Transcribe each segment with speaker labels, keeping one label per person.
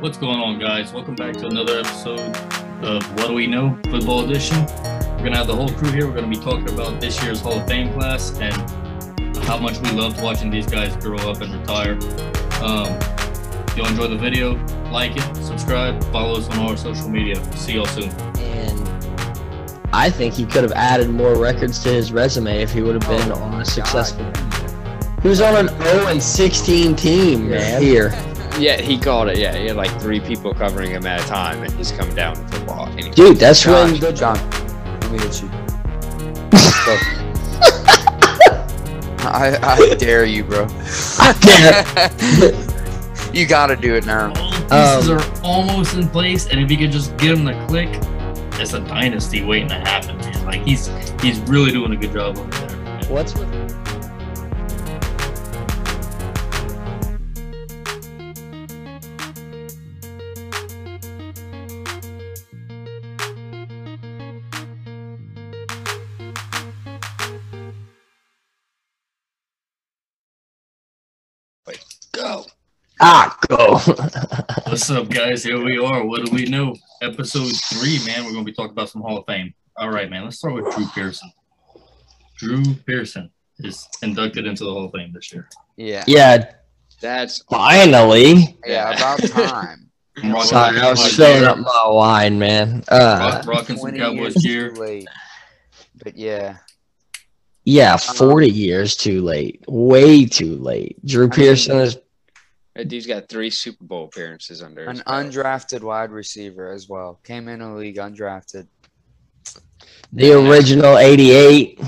Speaker 1: What's going on, guys? Welcome back to another episode of What Do We Know Football Edition. We're going to have the whole crew here. We're going to be talking about this year's Hall of Fame class and how much we loved watching these guys grow up and retire. Um, if you enjoy the video, like it, subscribe, follow us on all our social media. See y'all soon.
Speaker 2: And I think he could have added more records to his resume if he would have been
Speaker 3: Oh,
Speaker 2: on
Speaker 3: my
Speaker 2: a
Speaker 3: God.
Speaker 2: successful. He was on an 0 and 16 team, man. Here,
Speaker 4: Yeah, he called it. Yeah, he had like three people covering him at a time, and he's come down with the ball. And he
Speaker 2: dude, that's when
Speaker 3: John,
Speaker 2: the
Speaker 3: John, let me hit you.
Speaker 4: Look,
Speaker 3: I, I dare you, bro. you gotta do it now.
Speaker 1: All the pieces are almost in place, and if you could just give him the click, it's a dynasty waiting to happen, man. Like he's he's really doing a good job over there.
Speaker 2: What's with
Speaker 4: go.
Speaker 2: ah go?
Speaker 1: What's up, guys? Here we are. What do we know? Episode three, man. We're gonna be talking about some Hall of Fame. All right, man. Let's start with Drew Pearson. Drew Pearson is inducted into the Hall of Fame this year.
Speaker 3: Yeah.
Speaker 2: yeah,
Speaker 4: That's
Speaker 2: finally.
Speaker 3: Yeah, about time.
Speaker 1: Rock-
Speaker 2: Sorry, I was
Speaker 1: Rock-
Speaker 2: filling up my wine, man. Uh,
Speaker 1: Rock- Rocking some
Speaker 3: 20
Speaker 1: Cowboys
Speaker 3: years
Speaker 1: gear.
Speaker 3: too late. But yeah. Um,
Speaker 2: yeah, 40 years too late. Way too late. Drew
Speaker 3: I
Speaker 2: Pearson
Speaker 3: mean-
Speaker 2: is
Speaker 4: that dude's got three Super Bowl appearances under.
Speaker 3: An
Speaker 4: his belt.
Speaker 3: undrafted wide receiver as well. Came in the league undrafted.
Speaker 2: the original 88.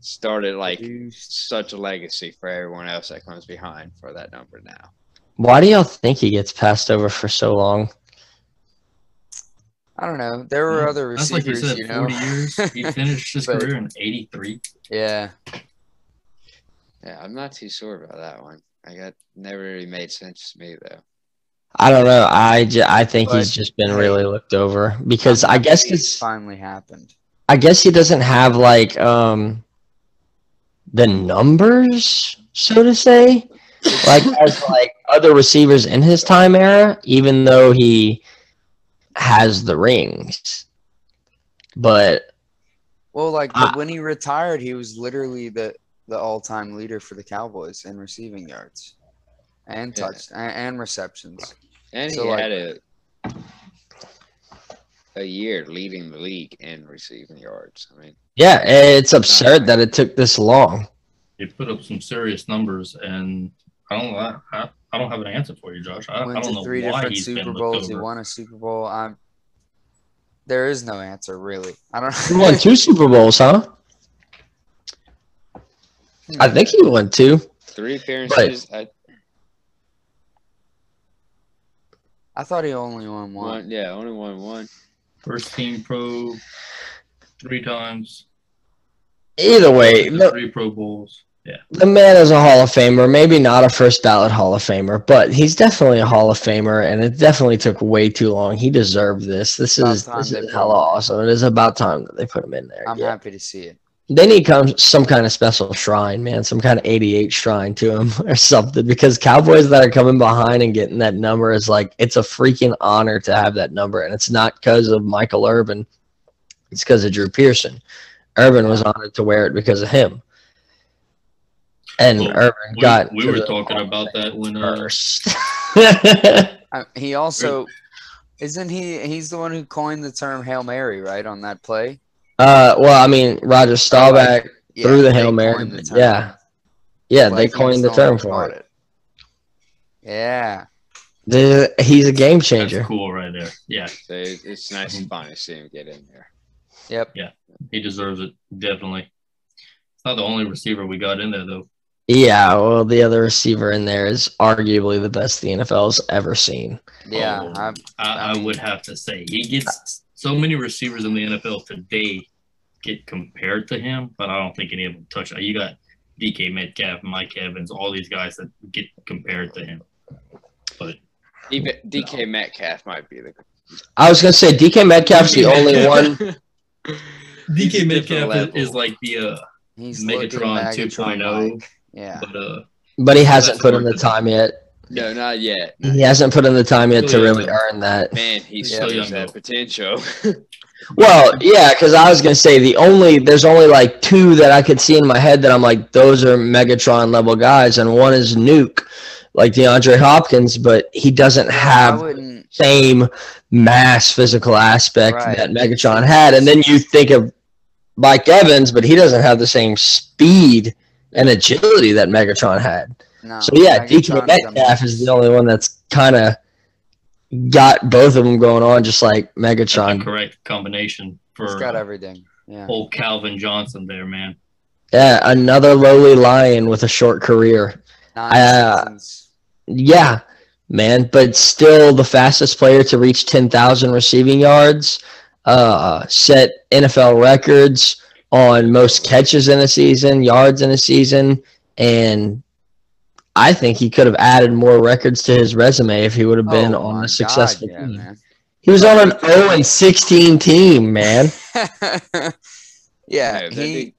Speaker 4: started like
Speaker 3: Produced.
Speaker 4: such a legacy for everyone else that comes behind for that number now.
Speaker 2: Why do y'all think he gets passed over for so long?
Speaker 3: I don't know. There were other
Speaker 1: That's like you
Speaker 3: receivers,
Speaker 1: said,
Speaker 3: you know.
Speaker 1: forty years. He finished his
Speaker 3: But-
Speaker 1: career in '83.
Speaker 3: Yeah.
Speaker 4: Yeah, I'm not too sure about that one. I got never really made sense to me though.
Speaker 2: I don't know. I, ju- I think he's
Speaker 3: But-
Speaker 2: just been really looked over because I guess
Speaker 3: it's
Speaker 2: it's
Speaker 3: finally happened.
Speaker 2: I guess he doesn't have like um the numbers, so to say, like as like other receivers in his time era, even though he has the rings. But
Speaker 3: Well, like
Speaker 2: Ah.
Speaker 3: when he retired, he was literally the the all time leader for the Cowboys in receiving yards and
Speaker 4: Yeah.
Speaker 3: touch and, and receptions.
Speaker 4: And
Speaker 3: So,
Speaker 4: he
Speaker 3: like-
Speaker 4: had a a year leading the league in receiving yards. I mean,
Speaker 2: yeah, it's absurd that it took this long.
Speaker 1: He put up some serious numbers, and I don't know. I, I, I don't have an answer for you, Josh. I, I
Speaker 3: Went
Speaker 1: don't know
Speaker 3: to three
Speaker 1: why
Speaker 3: different
Speaker 1: he's been
Speaker 3: Super
Speaker 1: looked
Speaker 3: Bowls. He
Speaker 1: over.
Speaker 3: won a Super Bowl. I'm. There is no answer really. I
Speaker 2: He
Speaker 3: don't.
Speaker 2: won two Super Bowls, huh?
Speaker 3: Hmm.
Speaker 2: I think he won two.
Speaker 4: three appearances. I
Speaker 3: I thought he only won one.
Speaker 4: One, yeah, only one, one.
Speaker 1: First team Pro, three times.
Speaker 2: Either way, the,
Speaker 1: three Pro Bowls. Yeah.
Speaker 2: the man is a Hall of Famer. Maybe not a first ballot Hall of Famer, but he's definitely a Hall of Famer, and it definitely took way too long. He deserved this. This
Speaker 3: About
Speaker 2: is
Speaker 3: time
Speaker 2: this
Speaker 3: they
Speaker 2: is
Speaker 3: put
Speaker 2: hella
Speaker 3: him in.
Speaker 2: awesome. It is about time that they put him in there.
Speaker 3: I'm
Speaker 2: Yeah.
Speaker 3: happy to see it.
Speaker 2: They need come, some kind of special shrine, man, some kind of 88 shrine to him or something, because Cowboys that are coming behind and getting that number is like, it's a freaking honor to have that number. And it's not because of Michael Urban, it's because of Drew Pearson. Urban was honored to wear it because of him. And
Speaker 1: Well,
Speaker 2: Urban
Speaker 1: We,
Speaker 2: got.
Speaker 1: we
Speaker 2: to
Speaker 1: were
Speaker 2: the
Speaker 1: talking
Speaker 2: Hall of
Speaker 1: about that when
Speaker 2: Fame
Speaker 1: uh,
Speaker 2: first.
Speaker 3: I, he also isn't he? He's the one who coined the term "Hail Mary," right? On that play.
Speaker 2: uh, well, I mean, Roger Staubach
Speaker 3: Yeah,
Speaker 2: threw the
Speaker 3: they
Speaker 2: Hail Mary.
Speaker 3: coined the term.
Speaker 2: yeah. Yeah,
Speaker 3: Like,
Speaker 2: they
Speaker 3: he was
Speaker 2: coined the
Speaker 3: one
Speaker 2: term
Speaker 3: who
Speaker 2: for
Speaker 3: caught
Speaker 2: it.
Speaker 3: Yeah.
Speaker 2: The- he's a game
Speaker 1: that's
Speaker 2: changer.
Speaker 1: cool right there. Yeah,
Speaker 4: So it- it's nice and fun to see him get in there.
Speaker 3: Yep.
Speaker 1: he deserves it definitely. It's not the only receiver we got in there though.
Speaker 2: Yeah, well, the other receiver in there is arguably the best the NFL's ever seen.
Speaker 3: Yeah.
Speaker 1: Oh.
Speaker 3: I'm-
Speaker 1: I, I would have to say he gets so many receivers in the NFL today get compared to him, but I don't think any of them touch. You got DK Metcalf, Mike Evans, all these guys that get compared to him. But
Speaker 4: Even DK Metcalf might be the
Speaker 2: I was gonna say DK Metcalf's the only one.
Speaker 4: He's
Speaker 1: DK
Speaker 4: a different
Speaker 1: Metcalf
Speaker 4: level.
Speaker 1: is, is like the uh,
Speaker 3: He's looking
Speaker 1: Megatron oh.
Speaker 3: Megatron
Speaker 1: 2.0,
Speaker 3: like. Yeah.
Speaker 1: but uh,
Speaker 2: But he hasn't put in the time yet.
Speaker 4: No, not yet. Not
Speaker 2: He hasn't put in the time yet to really earn that.
Speaker 4: yet. Man, he's
Speaker 1: Yeah,
Speaker 4: still
Speaker 1: he's
Speaker 4: got
Speaker 1: young,
Speaker 4: that
Speaker 1: though.
Speaker 4: potential.
Speaker 2: Well, yeah, because I was gonna say the only there's only like two that I could see in my head that I'm like those are Megatron level guys, and one is Nuke, like DeAndre Hopkins, but he doesn't
Speaker 3: I
Speaker 2: have
Speaker 3: wouldn't.
Speaker 2: same mass physical aspect
Speaker 3: Right.
Speaker 2: that Megatron had. And then you think of Mike Evans, but he doesn't have the same speed and agility that Megatron had.
Speaker 3: No,
Speaker 2: so yeah, DK
Speaker 3: Megatron's
Speaker 2: Metcalf
Speaker 3: a-
Speaker 2: is the only one that's kind of got both of them going on, just like
Speaker 1: That's the
Speaker 2: Megatron.
Speaker 1: correct combination
Speaker 3: He's
Speaker 1: for
Speaker 3: got everything. Yeah.
Speaker 1: old Calvin Johnson there, man.
Speaker 2: Yeah, another lowly lion with a short career.
Speaker 3: Nine
Speaker 2: uh,
Speaker 3: seasons.
Speaker 2: Yeah, man, but still the fastest player to reach 10,000 receiving yards, uh, set NFL records on most catches in a season, yards in a season, and I think he could have added more records to his resume if he would have been
Speaker 3: Oh
Speaker 2: on
Speaker 3: my
Speaker 2: a successful
Speaker 3: God,
Speaker 2: team.
Speaker 3: yeah,
Speaker 2: He was on an 0 and 16 team, man.
Speaker 3: man. yeah,
Speaker 4: No, that
Speaker 3: he
Speaker 4: dude-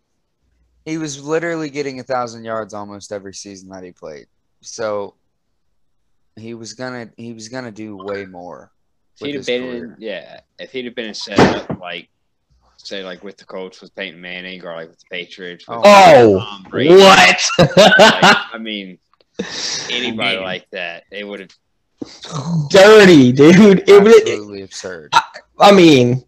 Speaker 3: he was literally getting a thousand yards almost every season that he played. So he was gonna he was gonna do way more.
Speaker 4: if
Speaker 3: with
Speaker 4: he'd have
Speaker 3: his
Speaker 4: been in,
Speaker 3: career.
Speaker 4: yeah, if he'd have been in setup like say like with the Colts with Peyton Manning or like with the Patriots with
Speaker 2: Oh.
Speaker 4: Tom Brady,
Speaker 2: What?
Speaker 4: like, I mean anybody
Speaker 1: Man.
Speaker 4: like that, they would have
Speaker 2: Dirty, dude. It, would.
Speaker 3: Absolutely absurd.
Speaker 2: I mean,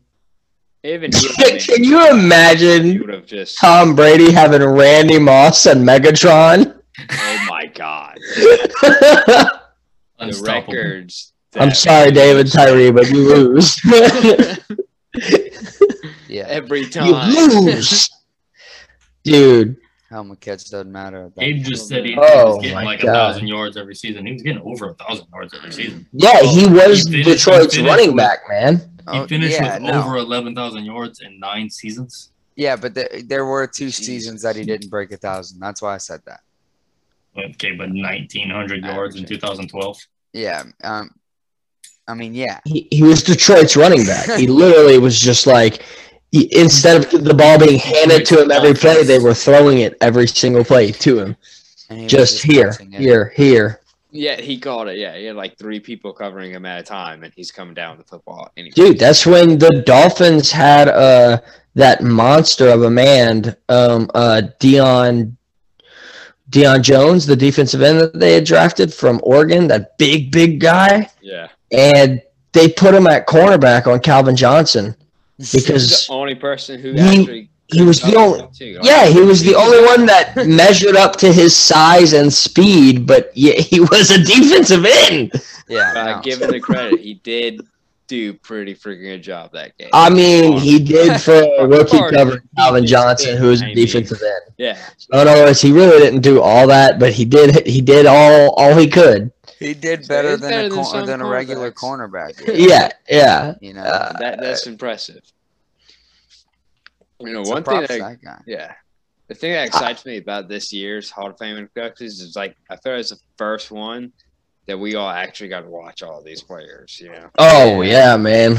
Speaker 4: even
Speaker 2: can you imagine
Speaker 4: would have just
Speaker 2: Tom Brady having Randy Moss and Megatron.
Speaker 4: oh my god. The
Speaker 1: Unstoppable.
Speaker 4: records
Speaker 2: I'm
Speaker 4: that-
Speaker 2: sorry, David Tyree, but you lose. you
Speaker 3: Yeah,
Speaker 4: Every time
Speaker 2: lose. Dude,
Speaker 3: helmet catch doesn't matter. at that
Speaker 1: Gabe
Speaker 3: point.
Speaker 1: just said he
Speaker 2: Oh
Speaker 1: was getting
Speaker 2: my
Speaker 1: like a
Speaker 2: God.
Speaker 1: thousand yards every season. He was getting over a thousand yards every season.
Speaker 2: yeah,
Speaker 1: He
Speaker 2: he was
Speaker 1: finished- he
Speaker 2: Detroit's
Speaker 1: finished
Speaker 2: running
Speaker 1: with-
Speaker 2: back, man.
Speaker 1: He
Speaker 3: Oh,
Speaker 1: finished
Speaker 3: yeah,
Speaker 1: with
Speaker 3: no.
Speaker 1: over eleven thousand yards in nine seasons.
Speaker 3: Yeah, but there, there were two
Speaker 4: Jesus.
Speaker 3: seasons that he didn't break a thousand. That's why I said that.
Speaker 1: Okay, but nineteen hundred yards in
Speaker 4: Averaging.
Speaker 1: two thousand twelve.
Speaker 3: Yeah. Um, I mean, yeah.
Speaker 2: He, he was Detroit's running back. He literally was just like, he, instead of the ball being handed to him every play, they were throwing it every single play to him.
Speaker 3: And he was
Speaker 2: Just here,
Speaker 3: catching it.
Speaker 2: here, here.
Speaker 4: Yeah, he caught it. Yeah, he had like three people covering him at a time, and he's coming down with the football. Anyway.
Speaker 2: Dude, that's when the Dolphins had uh that monster of a man, um uh Dion Deion Jones, the defensive end that they had drafted from Oregon, that big, big guy.
Speaker 4: yeah,
Speaker 2: And they put him at cornerback on Calvin Johnson
Speaker 4: he's
Speaker 2: because
Speaker 4: the only person who
Speaker 2: He-
Speaker 4: actually.
Speaker 2: he was the only
Speaker 4: Too. Like,
Speaker 2: yeah, he was the only one that measured up to his size and speed, but yeah, he was a defensive end.
Speaker 3: Yeah.
Speaker 4: but I
Speaker 3: no.
Speaker 4: give him the credit. He did do pretty freaking good job that game.
Speaker 2: I mean, he did for a rookie
Speaker 4: Or
Speaker 2: cover Calvin
Speaker 4: defensive
Speaker 2: Johnson,
Speaker 4: end,
Speaker 2: who was
Speaker 4: I
Speaker 2: a
Speaker 4: mean.
Speaker 2: defensive end.
Speaker 4: yeah,
Speaker 2: So in other words, he really didn't do all that, but he did he did all all he could.
Speaker 3: He did
Speaker 4: So
Speaker 3: better
Speaker 4: he's
Speaker 3: than
Speaker 4: better
Speaker 3: a
Speaker 4: than
Speaker 3: cor-
Speaker 4: some
Speaker 3: than a regular
Speaker 4: cornerbacks.
Speaker 3: cornerback.
Speaker 2: Yeah, yeah.
Speaker 3: You know.
Speaker 2: Uh,
Speaker 4: that that's impressive. You know,
Speaker 3: So
Speaker 4: one thing
Speaker 3: props to
Speaker 4: that
Speaker 3: that guy.
Speaker 4: Yeah. The thing that excites me about this year's Hall of Fame inductees is like I thought it was the first one that we all actually got to watch all these players. You know,
Speaker 2: Oh yeah, man.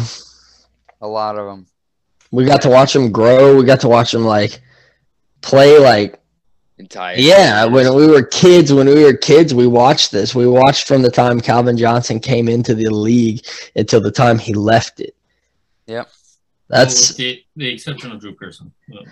Speaker 3: A lot of them.
Speaker 2: We got to watch him grow. We got to watch him like play like
Speaker 4: entire
Speaker 2: yeah. When we were kids, when we were kids, we watched this. We watched from the time Calvin Johnson came into the league until the time he left it.
Speaker 3: Yep.
Speaker 1: with
Speaker 2: That's
Speaker 1: the, the exception of Drew Pearson. Well,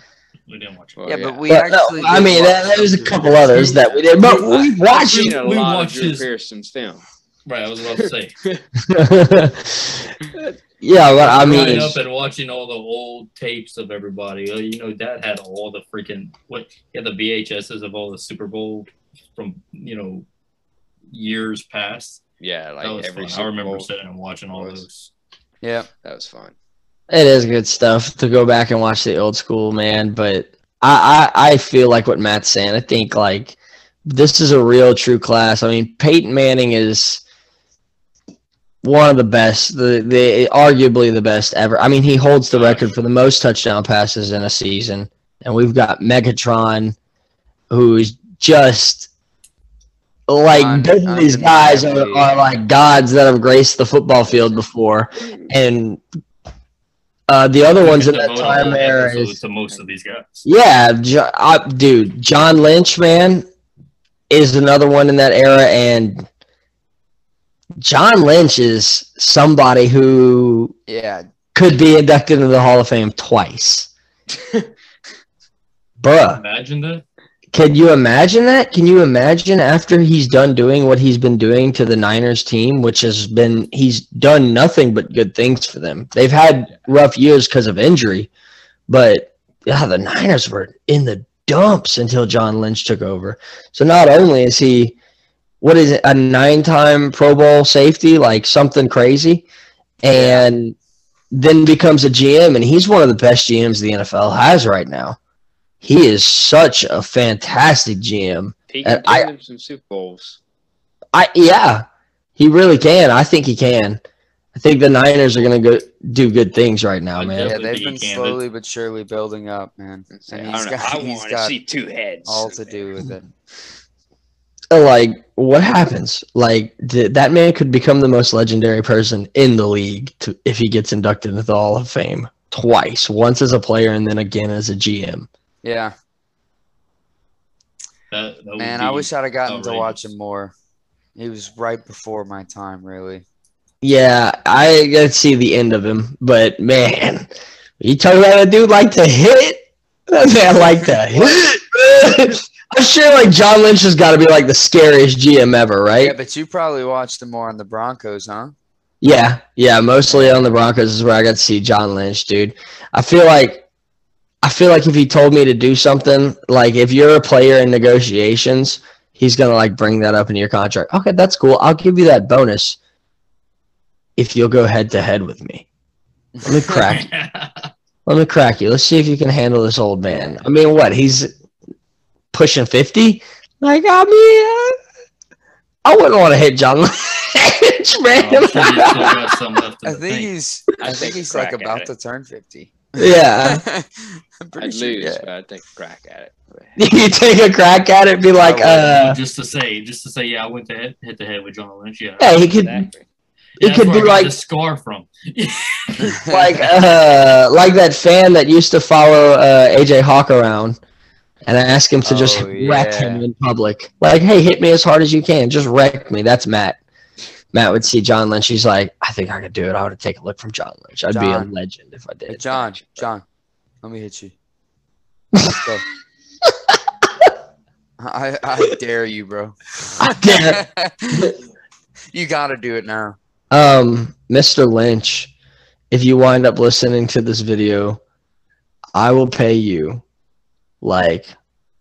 Speaker 1: we didn't watch.
Speaker 4: Well,
Speaker 1: him.
Speaker 3: yeah,
Speaker 4: Oh, yeah.
Speaker 3: but we
Speaker 2: but
Speaker 3: actually.
Speaker 2: no, I
Speaker 3: did
Speaker 2: mean
Speaker 3: watch
Speaker 2: that,
Speaker 3: him.
Speaker 2: there's a couple others that we did, but we
Speaker 4: I've
Speaker 2: watched
Speaker 4: seen
Speaker 2: it.
Speaker 4: a
Speaker 1: we
Speaker 4: lot of
Speaker 1: watched
Speaker 4: Drew
Speaker 1: his-
Speaker 4: Pearson's film.
Speaker 1: Right, I was about to say.
Speaker 2: yeah, but I mean,
Speaker 1: growing up and watching all the old tapes of everybody. Uh, You know, Dad had all the freaking what? He had the VHSs of all the Super Bowl from you know years past.
Speaker 4: Yeah, like
Speaker 1: That was
Speaker 4: every.
Speaker 1: fun. I
Speaker 4: Super
Speaker 1: remember
Speaker 4: Bowl.
Speaker 1: sitting and watching all
Speaker 4: was-
Speaker 1: those.
Speaker 3: Yeah.
Speaker 4: That was fun.
Speaker 2: It is good stuff to go back and watch the old school, man. But I, I, I feel like what Matt's saying. I think like this is a real true class. I mean, Peyton Manning is one of the best, the the arguably the best ever. I mean, he holds the record for the most touchdown passes in a season, and we've got Megatron, who is just like
Speaker 3: Un-
Speaker 2: both of these guys are,
Speaker 3: undeniably.
Speaker 2: are like gods that have graced the football field before, and uh, the other ones at
Speaker 1: Devote
Speaker 2: that
Speaker 1: a whole
Speaker 2: time there
Speaker 1: episode
Speaker 2: is
Speaker 1: to most of these guys.
Speaker 2: yeah, uh, Jo- I, dude, John Lynch, man, is another one in that era, and John Lynch is somebody who
Speaker 3: Yeah,
Speaker 2: could be inducted into the Hall of Fame twice. Bruh,
Speaker 1: Imagine that.
Speaker 2: can you imagine that? Can you imagine after he's done doing what he's been doing to the Niners team, which has been he's done nothing but good things for them. They've had rough years because of injury, but yeah, the Niners were in the dumps until John Lynch took over. So not only is he what is it, a nine-time Pro Bowl safety, like something crazy, and then becomes a GM, and he's one of the best GMs the NFL has right now. He is such a fantastic GM.
Speaker 4: He
Speaker 2: And
Speaker 4: can
Speaker 2: I-
Speaker 4: give them some Super Bowls.
Speaker 2: I yeah, he really can. I think he can. I think the Niners are gonna go do good things right now,
Speaker 1: I
Speaker 2: man.
Speaker 3: yeah,
Speaker 1: don't think
Speaker 3: they've
Speaker 1: he
Speaker 3: been
Speaker 1: can, but-
Speaker 3: slowly but surely building up, man.
Speaker 4: It's
Speaker 3: And
Speaker 4: like, I
Speaker 3: he's
Speaker 4: don't know.
Speaker 3: got-
Speaker 4: I
Speaker 3: he's
Speaker 4: want to
Speaker 3: got
Speaker 4: see two heads.
Speaker 3: All to do with it.
Speaker 2: Like, what happens? Like th- that man could become the most legendary person in the league to, if he gets inducted into the Hall of Fame twice. Once as a player, and then again as a GM.
Speaker 3: Yeah,
Speaker 1: that, that would
Speaker 3: man. I
Speaker 1: be-
Speaker 3: wish I'd have gotten to watch
Speaker 1: outrageous.
Speaker 3: him more. He was right before my time, really.
Speaker 2: Yeah, I got to see the end of him, but man, you talking about a dude like to hit? That man like to hit. I'm sure like John Lynch has got to be like the scariest GM ever, right?
Speaker 3: Yeah, but you probably watched him more on the Broncos, huh?
Speaker 2: Yeah, yeah, mostly on the Broncos is where I got to see John Lynch, dude. I feel like I feel like if he told me to do something, like if you're a player in negotiations, he's gonna like bring that up into your contract. Okay, that's cool. I'll give you that bonus if you'll go head to head with me. Let me crack. let me crack you. Let's see if you can handle this old man. I mean, what he's pushing fifty? Like, I mean, uh, I wouldn't want to hit John Lynch, man.
Speaker 1: Oh, I'm sure he's still got some left in
Speaker 3: I
Speaker 1: the
Speaker 3: think
Speaker 1: tank.
Speaker 3: he's.
Speaker 4: I'd
Speaker 3: I think
Speaker 4: take a
Speaker 3: he's like
Speaker 4: crack at
Speaker 3: about
Speaker 4: it.
Speaker 3: to turn fifty.
Speaker 2: Yeah.
Speaker 3: I'm pretty
Speaker 4: I'd
Speaker 3: sure.
Speaker 4: lose,
Speaker 3: yeah.
Speaker 4: but I'd take a crack at it.
Speaker 2: you take a crack at it, be like, uh,
Speaker 1: just to say, just to say, yeah, I went to hit, hit the head with John Lynch. Yeah,
Speaker 2: yeah, he could,
Speaker 4: Exactly.
Speaker 1: Yeah,
Speaker 2: it could
Speaker 1: that's where
Speaker 2: be
Speaker 1: I got
Speaker 2: like-
Speaker 1: the scar from.
Speaker 2: like, uh, like that fan that used to follow uh, AJ Hawk around and ask him to just
Speaker 3: Oh,
Speaker 2: wreck
Speaker 3: yeah.
Speaker 2: him in public. Like, hey, hit me as hard as you can, just wreck me. That's Matt. Matt would see John Lynch. He's like, I think I could do it. I would take a look from John Lynch. I'd be a
Speaker 3: John.
Speaker 2: legend if I did.
Speaker 3: John, John, let me hit you. Let's go. I, I dare you, bro.
Speaker 2: I dare-
Speaker 3: you gotta do it now.
Speaker 2: Um, Mr. Lynch, if you wind up listening to this video, I will pay you like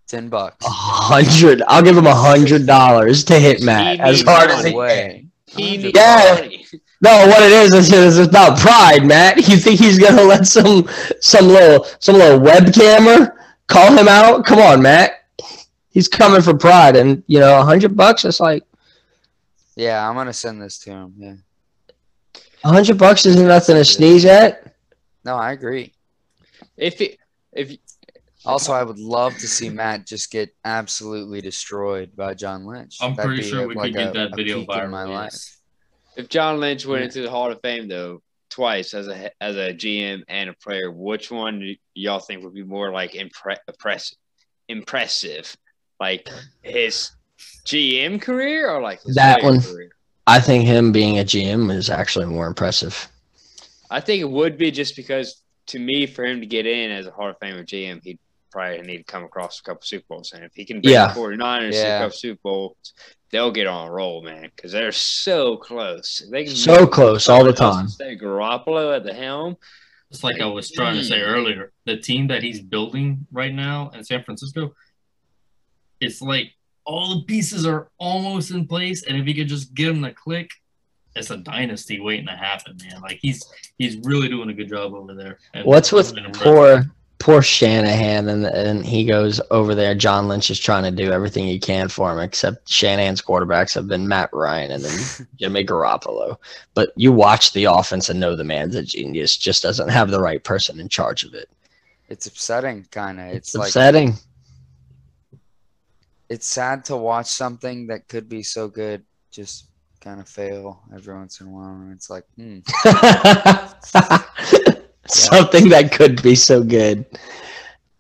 Speaker 3: Ten bucks.
Speaker 2: a hundred. I'll give him a hundred dollars to hit Matt
Speaker 4: He
Speaker 2: as
Speaker 4: needs
Speaker 2: hard as
Speaker 3: no
Speaker 2: he.
Speaker 3: way.
Speaker 4: He needs
Speaker 2: Yeah.
Speaker 4: money.
Speaker 2: No, what it is is it's about pride, Matt. You think he's gonna let some some little some little webcammer call him out? Come on, Matt. He's coming for pride, and you know, a hundred bucks. It's like
Speaker 3: Yeah, I'm gonna send this to him. Yeah.
Speaker 2: a hundred bucks isn't nothing to sneeze at.
Speaker 3: No, I agree.
Speaker 4: If he, if
Speaker 3: Also, I would love to see Matt just get absolutely destroyed by John Lynch.
Speaker 1: I'm
Speaker 3: That'd
Speaker 1: pretty
Speaker 3: be
Speaker 1: sure
Speaker 3: a-
Speaker 1: we
Speaker 3: like
Speaker 1: could get
Speaker 3: a-
Speaker 1: that
Speaker 3: a
Speaker 1: video
Speaker 3: peak in
Speaker 1: viral.
Speaker 3: my life.
Speaker 1: yes.
Speaker 4: if John Lynch went into the Hall of Fame though twice as a as a GM and a player, which one do y'all think would be more like impre- impressive? Impressive, like his GM career or like his
Speaker 2: That
Speaker 4: player
Speaker 2: one.
Speaker 4: Career?
Speaker 2: I think him being a GM is actually more impressive.
Speaker 4: I think it would be just because to me, for him to get in as a Hall of Famer GM, he'd probably need to come across a couple Super Bowls. And if he can bring
Speaker 2: Yeah.
Speaker 4: the 49ers to a
Speaker 3: Yeah.
Speaker 4: couple Super Bowls, they'll get on a roll, man, because they're so close. They can
Speaker 2: So close all the time.
Speaker 4: Stay Garoppolo at the helm.
Speaker 1: Just like I was trying to say
Speaker 3: mm.
Speaker 1: earlier, the team that he's building right now in San Francisco, it's like all the pieces are almost in place, and if he could just get them to click, it's a dynasty waiting to happen, man. Like he's he's really doing a good job over there. And
Speaker 2: What's with
Speaker 1: it's been impressive.
Speaker 2: poor poor Shanahan and and he goes over there. John Lynch is trying to do everything he can for him, except Shanahan's quarterbacks have been Matt Ryan and then Jimmy Garoppolo. But you watch the offense and know the man's a genius, just doesn't have the right person in charge of it.
Speaker 3: It's upsetting, kind of.
Speaker 2: It's,
Speaker 3: It's, like
Speaker 2: upsetting.
Speaker 3: it's sad to watch something that could be so good just kind of fail every once in a while. And it's like, hmm,
Speaker 2: Something that could be so good,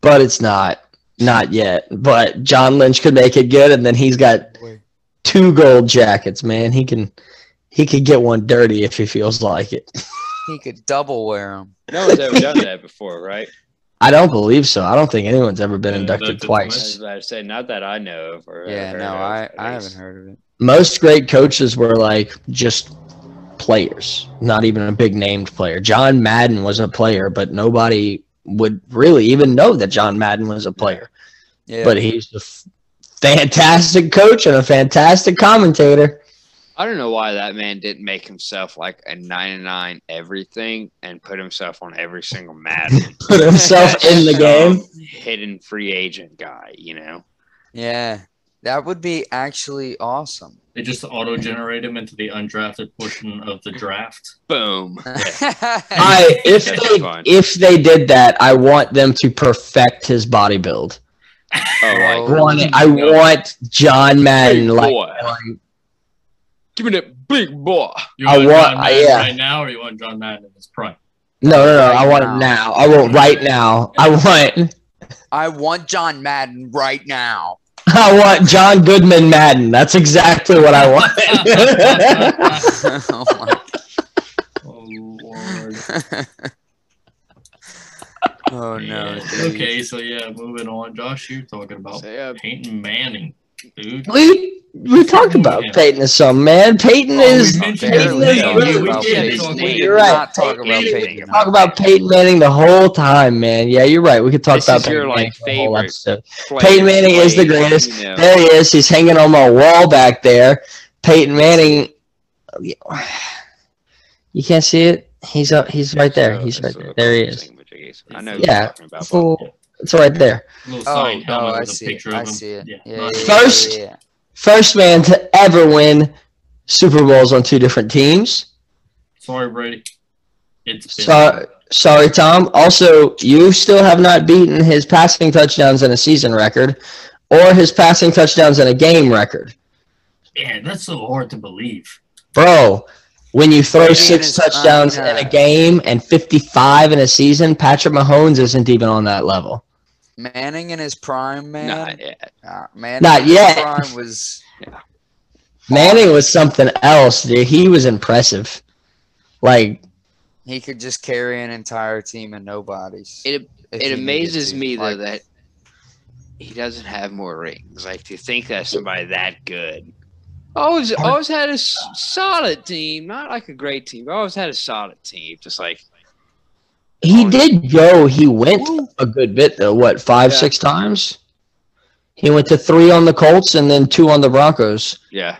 Speaker 2: but it's not. Not yet. But John Lynch could make it good, and then he's got two gold jackets, man. He can He could get one dirty if he feels like it.
Speaker 3: He could double wear them.
Speaker 4: No one's ever done that before, right?
Speaker 2: I don't believe so. I don't think anyone's ever been
Speaker 1: Yeah,
Speaker 2: inducted
Speaker 1: that's a
Speaker 4: I
Speaker 2: twice.
Speaker 4: was about to say, not that I know of. Or
Speaker 3: Yeah,
Speaker 4: or
Speaker 3: no,
Speaker 4: of,
Speaker 3: I,
Speaker 4: at
Speaker 3: I
Speaker 4: least.
Speaker 3: haven't heard of it.
Speaker 2: Most great coaches were like just players, not even a big named player. John Madden was a player, but nobody would really even know that John Madden was a player.
Speaker 3: Yeah,
Speaker 2: But he's a f- fantastic coach and a fantastic commentator.
Speaker 4: I don't know why that man didn't make himself like a 99 everything and put himself on every single match.
Speaker 2: Put himself in the game.
Speaker 4: Hidden free agent guy, you know?
Speaker 3: yeah, that would be actually awesome.
Speaker 1: They just auto generate him into the undrafted portion of the draft.
Speaker 4: Boom.
Speaker 2: I if
Speaker 4: That'd be fun.
Speaker 2: they if they did that, I want them to perfect his body build.
Speaker 4: Oh,
Speaker 2: I
Speaker 4: like,
Speaker 2: want it- I want John Madden
Speaker 4: Big
Speaker 2: like,
Speaker 4: boy.
Speaker 2: like
Speaker 4: give me that big boy.
Speaker 1: You
Speaker 2: I
Speaker 1: want
Speaker 2: want-
Speaker 1: John Madden
Speaker 2: I- yeah.
Speaker 1: right now, or you want John Madden in his prime?
Speaker 2: no no no I
Speaker 3: Right
Speaker 2: want
Speaker 3: now.
Speaker 2: it now. I want right now. I want
Speaker 3: I want John Madden right now.
Speaker 2: I want John Goodman Madden. That's exactly what I want.
Speaker 3: oh my
Speaker 1: Oh lord.
Speaker 3: Oh no.
Speaker 1: Yeah.
Speaker 3: dude.
Speaker 1: Okay, so yeah, moving on. Josh, you're talking about
Speaker 4: Say, uh,
Speaker 1: Peyton Manning, dude.
Speaker 2: we we talked about Peyton is some man. Peyton
Speaker 1: Oh, we
Speaker 2: is
Speaker 1: mentioned
Speaker 2: Peyton
Speaker 3: Barely
Speaker 1: his
Speaker 2: is
Speaker 1: name.
Speaker 3: talked
Speaker 1: Yeah, we
Speaker 3: about
Speaker 1: did.
Speaker 3: Peyton.
Speaker 1: It's on
Speaker 4: You're
Speaker 1: Peyton.
Speaker 2: right.
Speaker 3: Not talk about
Speaker 1: Anything
Speaker 3: Peyton.
Speaker 2: talk about Peyton Manning the whole time, man. Yeah, you're right. We could talk
Speaker 4: This
Speaker 2: about
Speaker 4: is your,
Speaker 2: Peyton
Speaker 4: like,
Speaker 2: Manning the whole
Speaker 4: favorite
Speaker 2: episode.
Speaker 4: player,
Speaker 2: Peyton Manning is the
Speaker 4: player,
Speaker 2: greatest.
Speaker 4: you know.
Speaker 2: There he is. He's hanging on my wall back there. Peyton Manning. You can't see it. He's up. He's right there.
Speaker 4: So,
Speaker 2: He's right
Speaker 4: so
Speaker 2: there. There he is.
Speaker 4: thing, but I guess- I know what
Speaker 2: Yeah.
Speaker 4: you're talking about.
Speaker 2: It's, a little- it's right there.
Speaker 1: Little
Speaker 3: Oh
Speaker 1: sign
Speaker 3: no,
Speaker 1: helmet
Speaker 3: I
Speaker 1: with a
Speaker 3: see it.
Speaker 1: picture of
Speaker 3: I
Speaker 1: him.
Speaker 3: see it. Yeah, yeah,
Speaker 1: not-
Speaker 3: yeah,
Speaker 2: First-
Speaker 3: yeah, yeah.
Speaker 2: First man to ever win Super Bowls on two different teams.
Speaker 1: Sorry, Brady. It's been-
Speaker 2: Sorry, sorry, Tom. Also, you still have not beaten his passing touchdowns in a season record, or his passing touchdowns in a game record,
Speaker 1: Man, that's so hard to believe.
Speaker 2: bro. When you throw
Speaker 3: Brady
Speaker 2: six
Speaker 3: is
Speaker 2: touchdowns in a
Speaker 3: unmatched.
Speaker 2: game and 55 in a season, Patrick Mahomes isn't even on that level.
Speaker 3: Manning in his prime,
Speaker 4: Nah,
Speaker 3: man.
Speaker 4: yeah.
Speaker 3: Uh, Manning
Speaker 2: Not
Speaker 3: in his
Speaker 2: yet.
Speaker 3: Prime was
Speaker 2: Manning was something else, dude. He was impressive. Like,
Speaker 3: he could just carry an entire team and nobody's.
Speaker 4: It-
Speaker 3: if he
Speaker 4: it
Speaker 3: needed
Speaker 4: amazes
Speaker 3: to.
Speaker 4: me though
Speaker 3: Like,
Speaker 4: that he doesn't have more rings. Like to think that somebody that good. Always, always had a s- solid team, not like a great team. But always had a solid team. Just like
Speaker 2: he did go, he went a good bit, though. What, five,
Speaker 4: Yeah.
Speaker 2: six times? He went to three on the Colts and then two on the Broncos.
Speaker 4: yeah,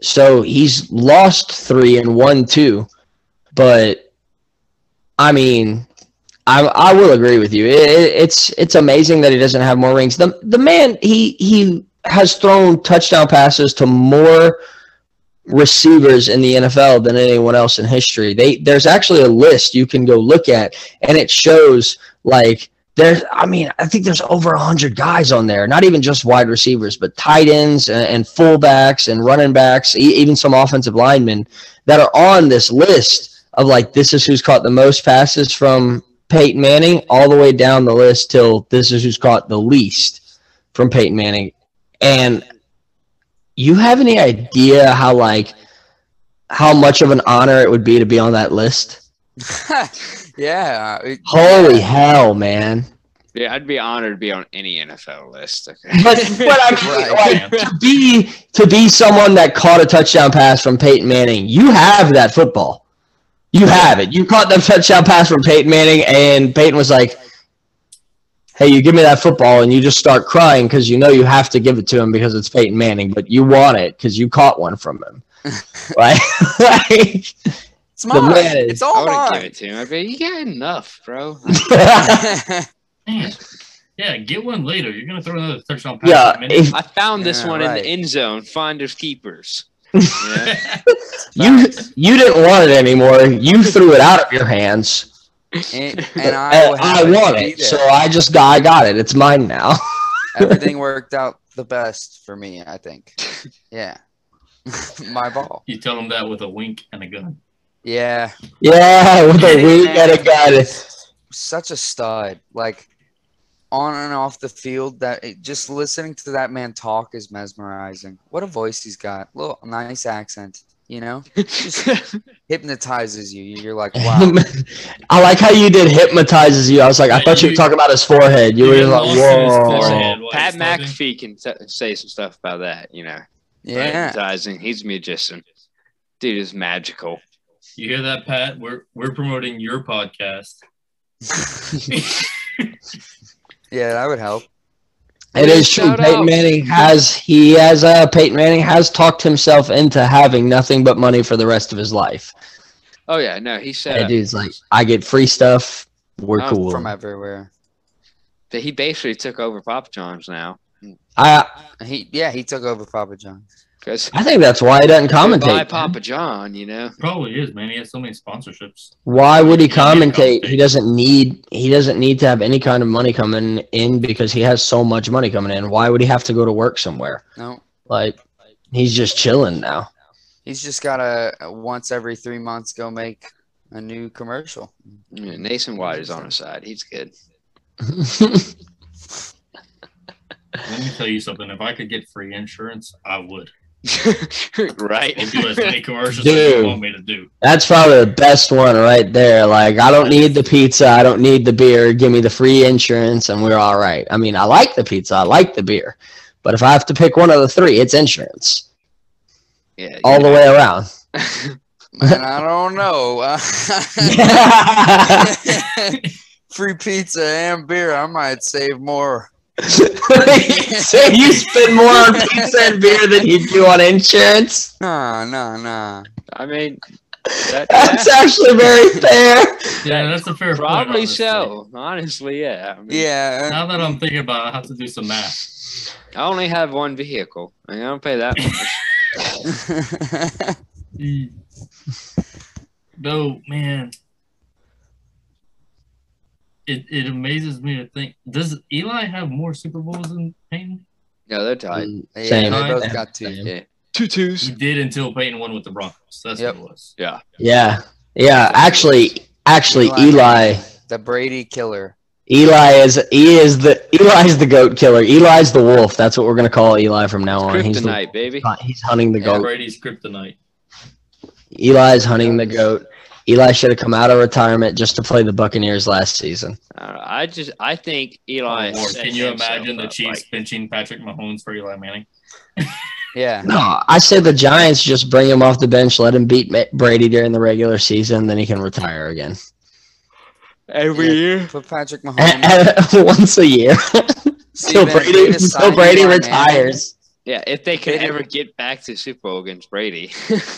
Speaker 2: So he's lost three and won two. But I mean, I I will agree with you. It, it, it's it's amazing that he doesn't have more rings. The the man he he has thrown touchdown passes to more receivers in the NFL than anyone else in history. They there's actually a list you can go look at, and it shows like. There's, I mean, I think there's over 100 guys on there, not even just wide receivers, but tight ends and, and fullbacks and running backs, e- even some offensive linemen that are on this list of like, this is who's caught the most passes from Peyton Manning, all the way down the list till this is who's caught the least from Peyton Manning. And you have any idea how, like, how much of an honor it would be to be on that list?
Speaker 3: yeah, it-
Speaker 2: Holy hell, man.
Speaker 4: yeah. I'd be honored to be on any NFL list. Okay.
Speaker 2: But, but I mean,
Speaker 3: Right.
Speaker 2: like,
Speaker 1: Man,
Speaker 2: to be to be someone that caught a touchdown pass from Peyton Manning, you have that football. You have it. You caught that touchdown pass from Peyton Manning, and Peyton was like, "Hey, you give me that football," and you just start crying because you know you have to give it to him because it's Peyton Manning, but you want it because you caught one from him. like, like
Speaker 3: it's mine.
Speaker 2: man is-
Speaker 3: It's
Speaker 4: I
Speaker 3: all
Speaker 4: wouldn't give
Speaker 3: mine.
Speaker 4: it to him. I'd be, you got enough, bro.
Speaker 1: man. Yeah, get one later. You're gonna throw another touchdown pass.
Speaker 2: yeah,
Speaker 1: in a minute.
Speaker 2: if
Speaker 4: I found this
Speaker 3: Yeah,
Speaker 4: one in
Speaker 3: right.
Speaker 4: the end zone. Finders keepers. Yeah.
Speaker 2: you you didn't want it anymore, you threw it out of your hands. Uh,
Speaker 3: and, and I,
Speaker 2: I,
Speaker 3: will
Speaker 2: I
Speaker 3: have
Speaker 2: want
Speaker 3: be
Speaker 2: it,
Speaker 3: there.
Speaker 2: so I just got I got it. It's mine now.
Speaker 3: Everything worked out the best for me, I think. Yeah, my ball.
Speaker 1: you tell him that with a wink and a gun.
Speaker 3: Yeah,
Speaker 2: Yeah, with a
Speaker 3: Yeah.
Speaker 2: week and a gun.
Speaker 3: such a stud. Like on and off the field, that it, just listening to that man talk is mesmerizing. What a voice he's got! Little nice accent. You know, hypnotizes you. You're like, wow.
Speaker 2: I like how you did hypnotizes you. I was like, I
Speaker 1: Yeah,
Speaker 2: thought you,
Speaker 1: you-
Speaker 2: were talking about his forehead. You
Speaker 1: you
Speaker 2: were
Speaker 1: get
Speaker 2: just like,
Speaker 1: lost in his
Speaker 2: whoa.
Speaker 1: forehead. Well,
Speaker 4: Pat
Speaker 1: it's nothing.
Speaker 4: McAfee can t- say some stuff about that, you know.
Speaker 3: yeah.
Speaker 4: Hypnotizing. He's a magician. Dude is magical.
Speaker 1: You hear that, Pat? We're we're promoting your podcast.
Speaker 3: Yeah, that would help.
Speaker 2: It is true.
Speaker 4: Shout
Speaker 2: Peyton
Speaker 4: out.
Speaker 2: Manning has he has uh Peyton Manning has talked himself into having nothing but money for the rest of his life.
Speaker 4: Oh yeah, no, he said
Speaker 2: That dude's like, I get free stuff. We're
Speaker 4: I'm
Speaker 2: cool.
Speaker 3: From everywhere.
Speaker 4: that he basically took over Papa John's now
Speaker 2: I
Speaker 3: He yeah, he took over Papa John's.
Speaker 4: because
Speaker 2: I think that's why he doesn't
Speaker 4: by
Speaker 2: commentate.
Speaker 4: Papa John, you know.
Speaker 1: Probably is, man. He has so many sponsorships.
Speaker 2: Why would he
Speaker 1: He can't
Speaker 2: commentate? He
Speaker 1: commentate.
Speaker 2: doesn't need he doesn't need to have any kind of money coming in because he has so much money coming in. Why would he have to go to work somewhere?
Speaker 3: No.
Speaker 2: Like he's just chilling now.
Speaker 3: He's just gotta uh, once every three months go make a new commercial.
Speaker 4: Yeah, Nason Mm, White is on his side. He's good.
Speaker 1: Let me tell you something. If I could get free insurance, I would. We'll do as
Speaker 4: right.
Speaker 1: many commercials as you
Speaker 2: Dude.
Speaker 1: want me to do.
Speaker 2: That's probably the best one right there. Like I don't need the pizza, I don't need the beer. Give me the free insurance and we're all right. I mean, I like the pizza, I like the beer. But if I have to pick one of the three, it's insurance
Speaker 4: Yeah.
Speaker 2: all the way around.
Speaker 3: Man, I don't know. Free pizza and beer. I might save more.
Speaker 2: so you spend more on pizza and beer than you do on insurance?
Speaker 3: Nah, nah, nah.
Speaker 4: I mean, that,
Speaker 2: That's
Speaker 4: yeah,
Speaker 2: actually very fair.
Speaker 1: Yeah, that's a fair point,
Speaker 4: probably
Speaker 1: honestly.
Speaker 4: so. Honestly, yeah. I, mean,
Speaker 3: Yeah.
Speaker 1: Now that I'm thinking about it, I have to do some math.
Speaker 4: I only have one vehicle. I, mean, I don't pay that. much.
Speaker 1: No, man. It, it amazes me to think. Does Eli have more Super Bowls than Peyton?
Speaker 4: no, they're tied.
Speaker 3: yeah, they
Speaker 2: Same.
Speaker 3: both got two.
Speaker 4: Yeah. Two twos.
Speaker 1: He did until Peyton won with the Broncos. That's
Speaker 3: Yep.
Speaker 1: what it was.
Speaker 4: Yeah.
Speaker 2: Yeah. Yeah. Actually actually
Speaker 3: Eli.
Speaker 2: Eli
Speaker 3: The Brady killer.
Speaker 2: Eli is he is the Eli's the goat killer. Eli's the wolf. That's what we're gonna call Eli from now on. Oh, He's the,
Speaker 4: Kryptonite, baby.
Speaker 2: he's hunting the
Speaker 1: Yeah,
Speaker 2: goat.
Speaker 1: Brady's kryptonite.
Speaker 2: Eli's hunting the goat. Eli should have come out of retirement just to play the Buccaneers last season.
Speaker 4: I, don't know. Uh, I just, I think Eli.
Speaker 1: Lord,
Speaker 4: set
Speaker 1: can you
Speaker 4: himself
Speaker 1: imagine the
Speaker 4: up,
Speaker 1: Chiefs
Speaker 4: like-
Speaker 1: benching Patrick Mahomes for Eli Manning?
Speaker 3: Yeah.
Speaker 2: No, I say the Giants just bring him off the bench, let him beat Ma- Brady during the regular season, then he can retire again
Speaker 4: every
Speaker 3: Yeah.
Speaker 4: year.
Speaker 3: Put Patrick Mahomes.
Speaker 2: once a year
Speaker 3: See,
Speaker 2: till
Speaker 3: man,
Speaker 2: Brady
Speaker 3: they just
Speaker 2: till
Speaker 3: signed
Speaker 2: Brady
Speaker 3: Eli Manning.
Speaker 2: retires.
Speaker 4: Yeah, if they could
Speaker 3: They did-
Speaker 4: ever get back to the Super Bowl against Brady.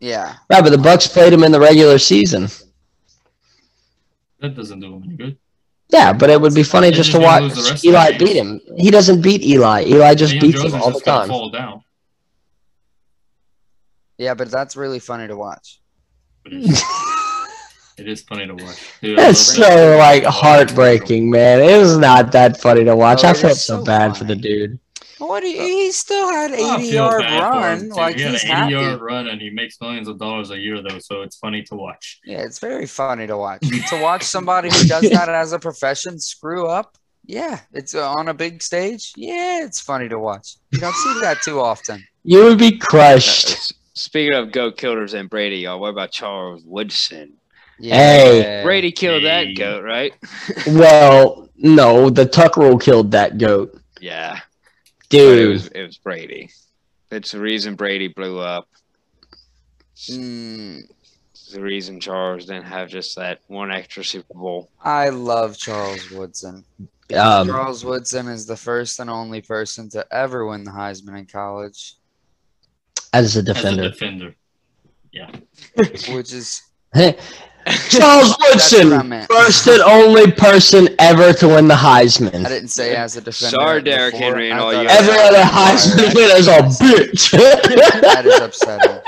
Speaker 3: Yeah.
Speaker 2: Right, but the Bucks played him in the regular season.
Speaker 1: That doesn't do him any good.
Speaker 2: Yeah, but it would be funny
Speaker 1: And
Speaker 2: just
Speaker 1: then
Speaker 2: to
Speaker 1: they
Speaker 2: watch
Speaker 1: lose the rest of
Speaker 2: Eli
Speaker 1: the games.
Speaker 2: beat him. He doesn't beat Eli. Eli just
Speaker 1: Daniel
Speaker 2: beats
Speaker 1: Jones
Speaker 2: him
Speaker 1: is
Speaker 2: all the
Speaker 1: just gonna
Speaker 2: time.
Speaker 1: Fall down.
Speaker 3: Yeah, but that's really funny to watch.
Speaker 1: But it's- It is funny to watch. Dude, I
Speaker 2: That's
Speaker 1: love that.
Speaker 2: so like heartbreaking, man. It was not that funny to watch.
Speaker 3: Oh,
Speaker 2: I
Speaker 3: it
Speaker 2: felt
Speaker 3: is
Speaker 2: so,
Speaker 3: so
Speaker 2: bad for
Speaker 3: funny.
Speaker 2: the dude.
Speaker 3: What do you, he still had
Speaker 1: Uh, I don't
Speaker 3: 80
Speaker 1: feel
Speaker 3: yard
Speaker 1: bad for
Speaker 3: run.
Speaker 1: him, dude.
Speaker 3: like
Speaker 1: he had
Speaker 3: he's
Speaker 1: an
Speaker 3: happy.
Speaker 1: yard run and he makes millions of dollars a year though, so it's funny to watch.
Speaker 3: Yeah, it's very funny to watch. to watch somebody who does that as a profession screw up. Yeah, it's uh, on a big stage. Yeah, it's funny to watch. You don't see that too often.
Speaker 2: You would be crushed.
Speaker 4: Uh, S- Speaking of goat killers and Brady, y'all, what about Charles Woodson?
Speaker 3: Yeah.
Speaker 2: Hey.
Speaker 4: Brady killed
Speaker 1: Hey.
Speaker 4: that goat, right?
Speaker 2: well, no, the Tuck rule killed that goat,
Speaker 4: Yeah. But it was
Speaker 2: dude.
Speaker 4: it was Brady. It's the reason Brady blew up.
Speaker 3: Mm,
Speaker 4: It's the reason Charles didn't have just that one extra Super Bowl.
Speaker 3: I love Charles Woodson.
Speaker 2: Um,
Speaker 3: Charles Woodson is the first and only person to ever win the Heisman in college,
Speaker 1: As
Speaker 2: as a
Speaker 1: a
Speaker 2: defender,
Speaker 1: defender.
Speaker 3: which is
Speaker 2: Charles
Speaker 3: that's what I
Speaker 2: Woodson,
Speaker 3: meant.
Speaker 2: first and only person ever to win the Heisman.
Speaker 3: I didn't say as a defender.
Speaker 4: Sorry, Derrick
Speaker 3: before.
Speaker 4: Henry and
Speaker 3: I
Speaker 4: all
Speaker 3: thought
Speaker 4: you
Speaker 3: I
Speaker 2: Every
Speaker 3: said
Speaker 2: other
Speaker 3: before.
Speaker 2: Heisman winner's a bitch.
Speaker 3: That is upsetting.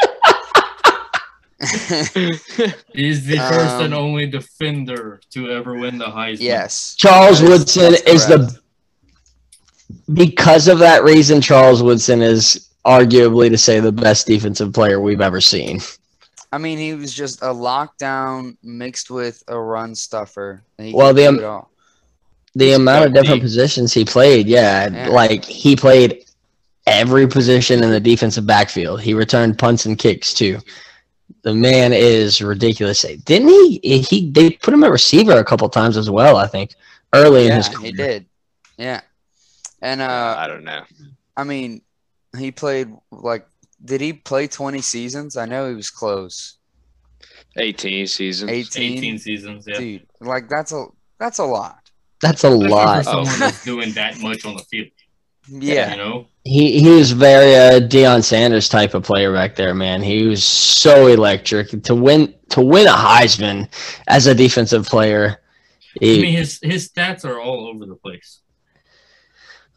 Speaker 1: He's the first and
Speaker 3: Um,
Speaker 1: only defender to ever win the Heisman.
Speaker 3: yes.
Speaker 2: Charles
Speaker 3: That
Speaker 2: Woodson
Speaker 3: that's
Speaker 2: is the because of that reason. Charles Woodson is arguably to say the best defensive player we've ever seen.
Speaker 3: I mean, he was just a lockdown mixed with a run stuffer. He
Speaker 2: Well,
Speaker 3: could
Speaker 2: the,
Speaker 3: do
Speaker 2: um,
Speaker 3: it all.
Speaker 2: The amount of
Speaker 4: gotta
Speaker 2: different
Speaker 4: be.
Speaker 2: positions he played, yeah,
Speaker 3: Yeah.
Speaker 2: like he played every position in the defensive backfield. He returned punts and kicks too. The man is ridiculous. Didn't he? He they put him at receiver a couple times as well. I think early in
Speaker 3: yeah,
Speaker 2: his career.
Speaker 3: he did. Yeah, and uh,
Speaker 4: I don't know.
Speaker 3: I mean, he played like. Did he play 20 seasons? I know he was close.
Speaker 4: 18 seasons.
Speaker 3: 18,
Speaker 1: 18 seasons. Yeah.
Speaker 3: dude. Like that's a that's a lot.
Speaker 2: That's a
Speaker 1: Especially
Speaker 2: lot.
Speaker 1: For someone
Speaker 4: Oh.
Speaker 1: that's doing that much on the field. You
Speaker 3: Yeah,
Speaker 1: know?
Speaker 2: He he was very uh, Deion Sanders type of player back there, man. He was so electric to win to win a Heisman as a defensive player.
Speaker 1: I
Speaker 2: he-
Speaker 1: mean, his his stats are all over the place.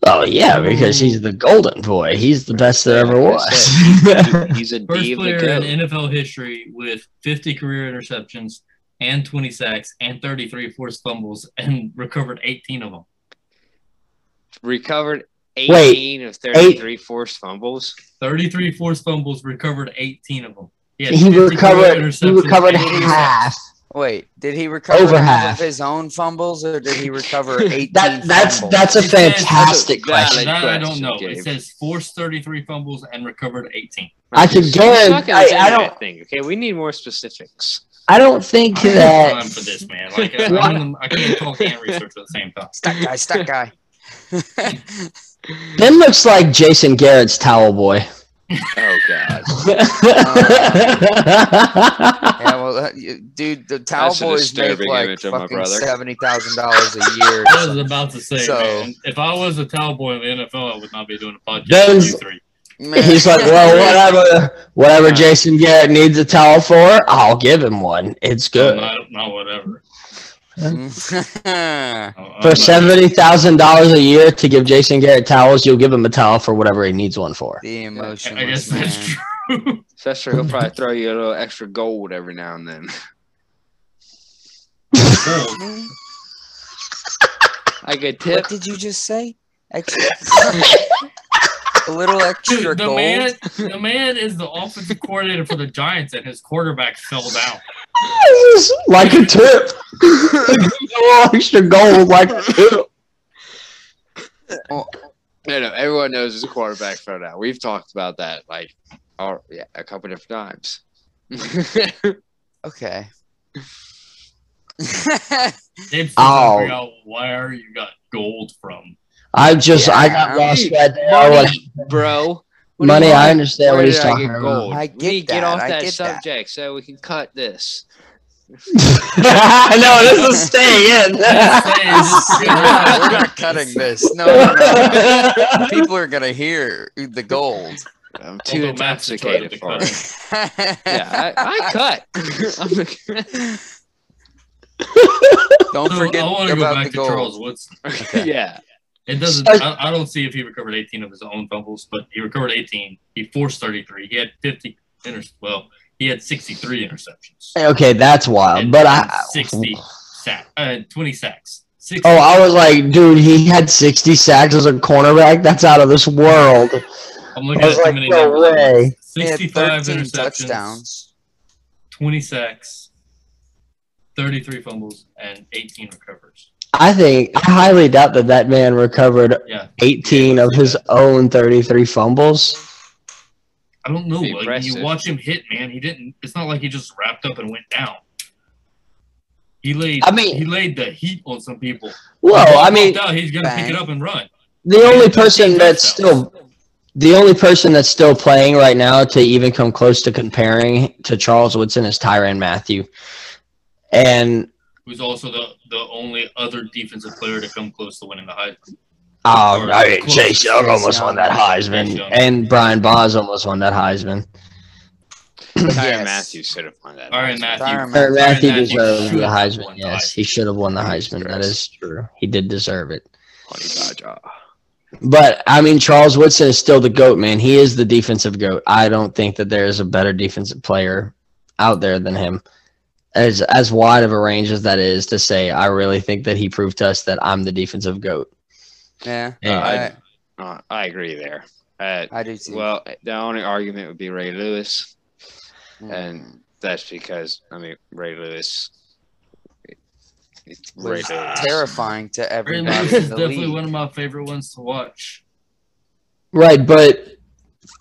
Speaker 2: oh yeah, because he's the golden boy. He's the best there ever
Speaker 4: Like I
Speaker 2: was.
Speaker 4: He- He's a
Speaker 1: First
Speaker 4: D of the
Speaker 1: player
Speaker 4: goat.
Speaker 1: in NFL history with 50 career interceptions and 20 sacks and 33 forced fumbles and recovered 18 of them.
Speaker 4: Recovered 18
Speaker 2: Wait,
Speaker 4: of 33 forced fumbles.
Speaker 1: 33 forced fumbles, recovered 18 of them. had
Speaker 2: he
Speaker 1: 50 career
Speaker 2: recovered. He
Speaker 1: interceptions
Speaker 2: recovered
Speaker 1: and 80
Speaker 2: half.
Speaker 3: Wait, did he recover
Speaker 2: Over
Speaker 3: half,
Speaker 2: half.
Speaker 3: of his own fumbles, or did he recover eighteen?
Speaker 2: That that's
Speaker 3: fumbles?
Speaker 2: that's a
Speaker 1: It says-
Speaker 2: fantastic
Speaker 4: Valid.
Speaker 2: question.
Speaker 1: That I don't
Speaker 4: question,
Speaker 1: know.
Speaker 4: Gabe.
Speaker 1: It says forced 33 fumbles and recovered 18.
Speaker 2: I could
Speaker 4: Suck
Speaker 2: guarantee.
Speaker 4: on this
Speaker 2: I, I
Speaker 4: internet
Speaker 2: don't.
Speaker 4: Thing. Okay, we need more specifics.
Speaker 2: I don't think
Speaker 1: I don't have
Speaker 2: that.
Speaker 1: time for this, man. Like, I, I, don't- I can't talk and research at the same time.
Speaker 3: Stat guy, stat guy.
Speaker 2: Ben looks like Jason Garrett's towel boy.
Speaker 4: Oh God,
Speaker 3: yeah, well, that, you- dude, the Towel
Speaker 4: That's a
Speaker 3: Boys make
Speaker 4: disturbing
Speaker 3: like
Speaker 4: image of my
Speaker 3: fucking
Speaker 4: brother.
Speaker 3: seventy thousand dollars a year.
Speaker 1: I was about to say,
Speaker 3: So-
Speaker 1: man, if I was a cowboy in the NFL, I would not be doing a podcast with
Speaker 2: Those-
Speaker 1: you three.
Speaker 3: Man.
Speaker 2: He's like, well, whatever, whatever Jason Garrett needs a towel for, I'll give him one. It's good
Speaker 1: Not, not whatever.
Speaker 3: whatever.
Speaker 1: I'm- I'm
Speaker 2: for
Speaker 1: not-
Speaker 2: seventy thousand dollars a year to give Jason Garrett towels. You'll give him a towel for whatever he needs one for.
Speaker 3: the
Speaker 1: I
Speaker 3: emotion.
Speaker 1: I guess
Speaker 3: man.
Speaker 1: that's true.
Speaker 4: Sester, he'll probably throw you a little extra gold every now and then.
Speaker 1: Cool.
Speaker 4: I could tip.
Speaker 3: What did you just say? Extra, a little extra
Speaker 1: Dude, the
Speaker 3: gold.
Speaker 1: man, the man is the offensive coordinator for the Giants, and his quarterback fell down.
Speaker 2: like a tip, extra gold, like a tip.
Speaker 4: No, no, everyone knows it's a quarterback throw now. We've talked about that like, all, yeah, a couple different times.
Speaker 3: Okay.
Speaker 1: They still
Speaker 2: Oh.
Speaker 1: figure out where you got gold from.
Speaker 2: I just, I
Speaker 3: Yeah.
Speaker 2: got lost right there. I was-
Speaker 4: money, bro. What do you
Speaker 2: Money, I
Speaker 4: want?
Speaker 2: understand
Speaker 4: Where
Speaker 2: what he's
Speaker 4: did I
Speaker 2: talking
Speaker 4: get
Speaker 2: about.
Speaker 4: gold?
Speaker 3: I
Speaker 4: We
Speaker 3: get
Speaker 4: need to get
Speaker 3: that,
Speaker 4: off
Speaker 3: I
Speaker 4: that
Speaker 3: get that.
Speaker 4: subject so we can cut this.
Speaker 2: no, this is staying.
Speaker 3: We're not we're not cutting this. No, no, no. People are gonna hear the gold.
Speaker 4: I'm too
Speaker 1: Although Matt's Detroit with
Speaker 4: intoxicated
Speaker 1: the
Speaker 4: for
Speaker 1: cut.
Speaker 4: it. Yeah, I, I cut. I'm like-
Speaker 3: Don't
Speaker 1: So,
Speaker 3: forget
Speaker 1: I want to go
Speaker 3: about
Speaker 1: back
Speaker 3: the
Speaker 1: to
Speaker 3: gold.
Speaker 1: Charles Woodson.
Speaker 4: yeah,
Speaker 1: It doesn't.
Speaker 2: Start-
Speaker 1: I, I don't see if he recovered 18 of his own fumbles, but he recovered 18. He forced 33. He had 50. Inter- well, he had 63 interceptions.
Speaker 2: okay, that's wild.
Speaker 1: And-
Speaker 2: Uh, But
Speaker 1: and
Speaker 2: I,
Speaker 1: 60 sack, uh, 20 sacks. 60.
Speaker 2: oh, I was like, dude, he had 60 sacks as a cornerback. That's out of this world.
Speaker 1: I'm looking
Speaker 2: I
Speaker 1: at
Speaker 2: was
Speaker 1: too
Speaker 2: like,
Speaker 1: many
Speaker 2: no
Speaker 1: numbers.
Speaker 2: way.
Speaker 3: He had
Speaker 1: 65
Speaker 3: 13
Speaker 1: interceptions,
Speaker 3: touchdowns.
Speaker 1: 20 sacks, 33 fumbles, and 18 recovers.
Speaker 2: I think I highly doubt that that man recovered
Speaker 1: Yeah,
Speaker 2: 18 of his own 33 fumbles.
Speaker 1: I don't know.
Speaker 4: Pretty
Speaker 1: Like, you
Speaker 4: impressive.
Speaker 1: watch him hit, man. He didn't. It's not like he just wrapped up and went down. He laid.
Speaker 2: I mean-
Speaker 1: he laid the heat on some people.
Speaker 2: Whoa,
Speaker 1: Without
Speaker 2: I mean,
Speaker 1: doubt, he's gonna pick
Speaker 3: bang.
Speaker 1: it up and run.
Speaker 2: the
Speaker 1: He
Speaker 2: only
Speaker 1: had 13
Speaker 2: person that's
Speaker 1: touchdowns.
Speaker 2: still the only person that's still playing right now to even come close to comparing to Charles Woodson is Tyran Matthew. And
Speaker 1: who's also the the only other defensive player to come close to winning the Heisman.
Speaker 2: oh,
Speaker 1: Or
Speaker 2: I mean,
Speaker 1: close.
Speaker 2: Chase Young almost
Speaker 3: Young.
Speaker 2: won that
Speaker 1: Chase
Speaker 2: Heisman,
Speaker 1: Young.
Speaker 2: and Brian Boz almost won that Heisman.
Speaker 4: Tyron
Speaker 3: Yes.
Speaker 4: Matthews should have won that.
Speaker 1: All right, Matthew.
Speaker 3: Tyron
Speaker 2: Tyrann Matthew
Speaker 1: Matthew
Speaker 2: deserved
Speaker 1: should
Speaker 2: the
Speaker 1: have
Speaker 2: Heisman.
Speaker 1: won the
Speaker 2: Yes,
Speaker 1: Heisman.
Speaker 2: he should have won the
Speaker 4: Jesus
Speaker 2: Heisman. That
Speaker 4: Christ.
Speaker 2: is true. He did deserve it.
Speaker 4: Funny dodge.
Speaker 2: But I mean, Charles Woodson is still the goat, man. He is the defensive goat. I don't think that there is a better defensive player out there than him. As as wide of a range as that is to say, I really think that he proved to us that I'm the defensive goat.
Speaker 3: Yeah,
Speaker 2: Yeah.
Speaker 3: I,
Speaker 4: Uh, I agree there. Uh,
Speaker 3: I do too.
Speaker 4: well, the only argument would be Ray Lewis,
Speaker 2: Hmm.
Speaker 4: and that's because I mean Ray Lewis. It's
Speaker 3: It was
Speaker 4: Ray Lewis.
Speaker 3: terrifying to
Speaker 1: Ray
Speaker 3: everybody
Speaker 1: Lewis
Speaker 3: in
Speaker 1: is
Speaker 3: the
Speaker 1: definitely
Speaker 3: league.
Speaker 1: one of my favorite ones to watch.
Speaker 2: Right, but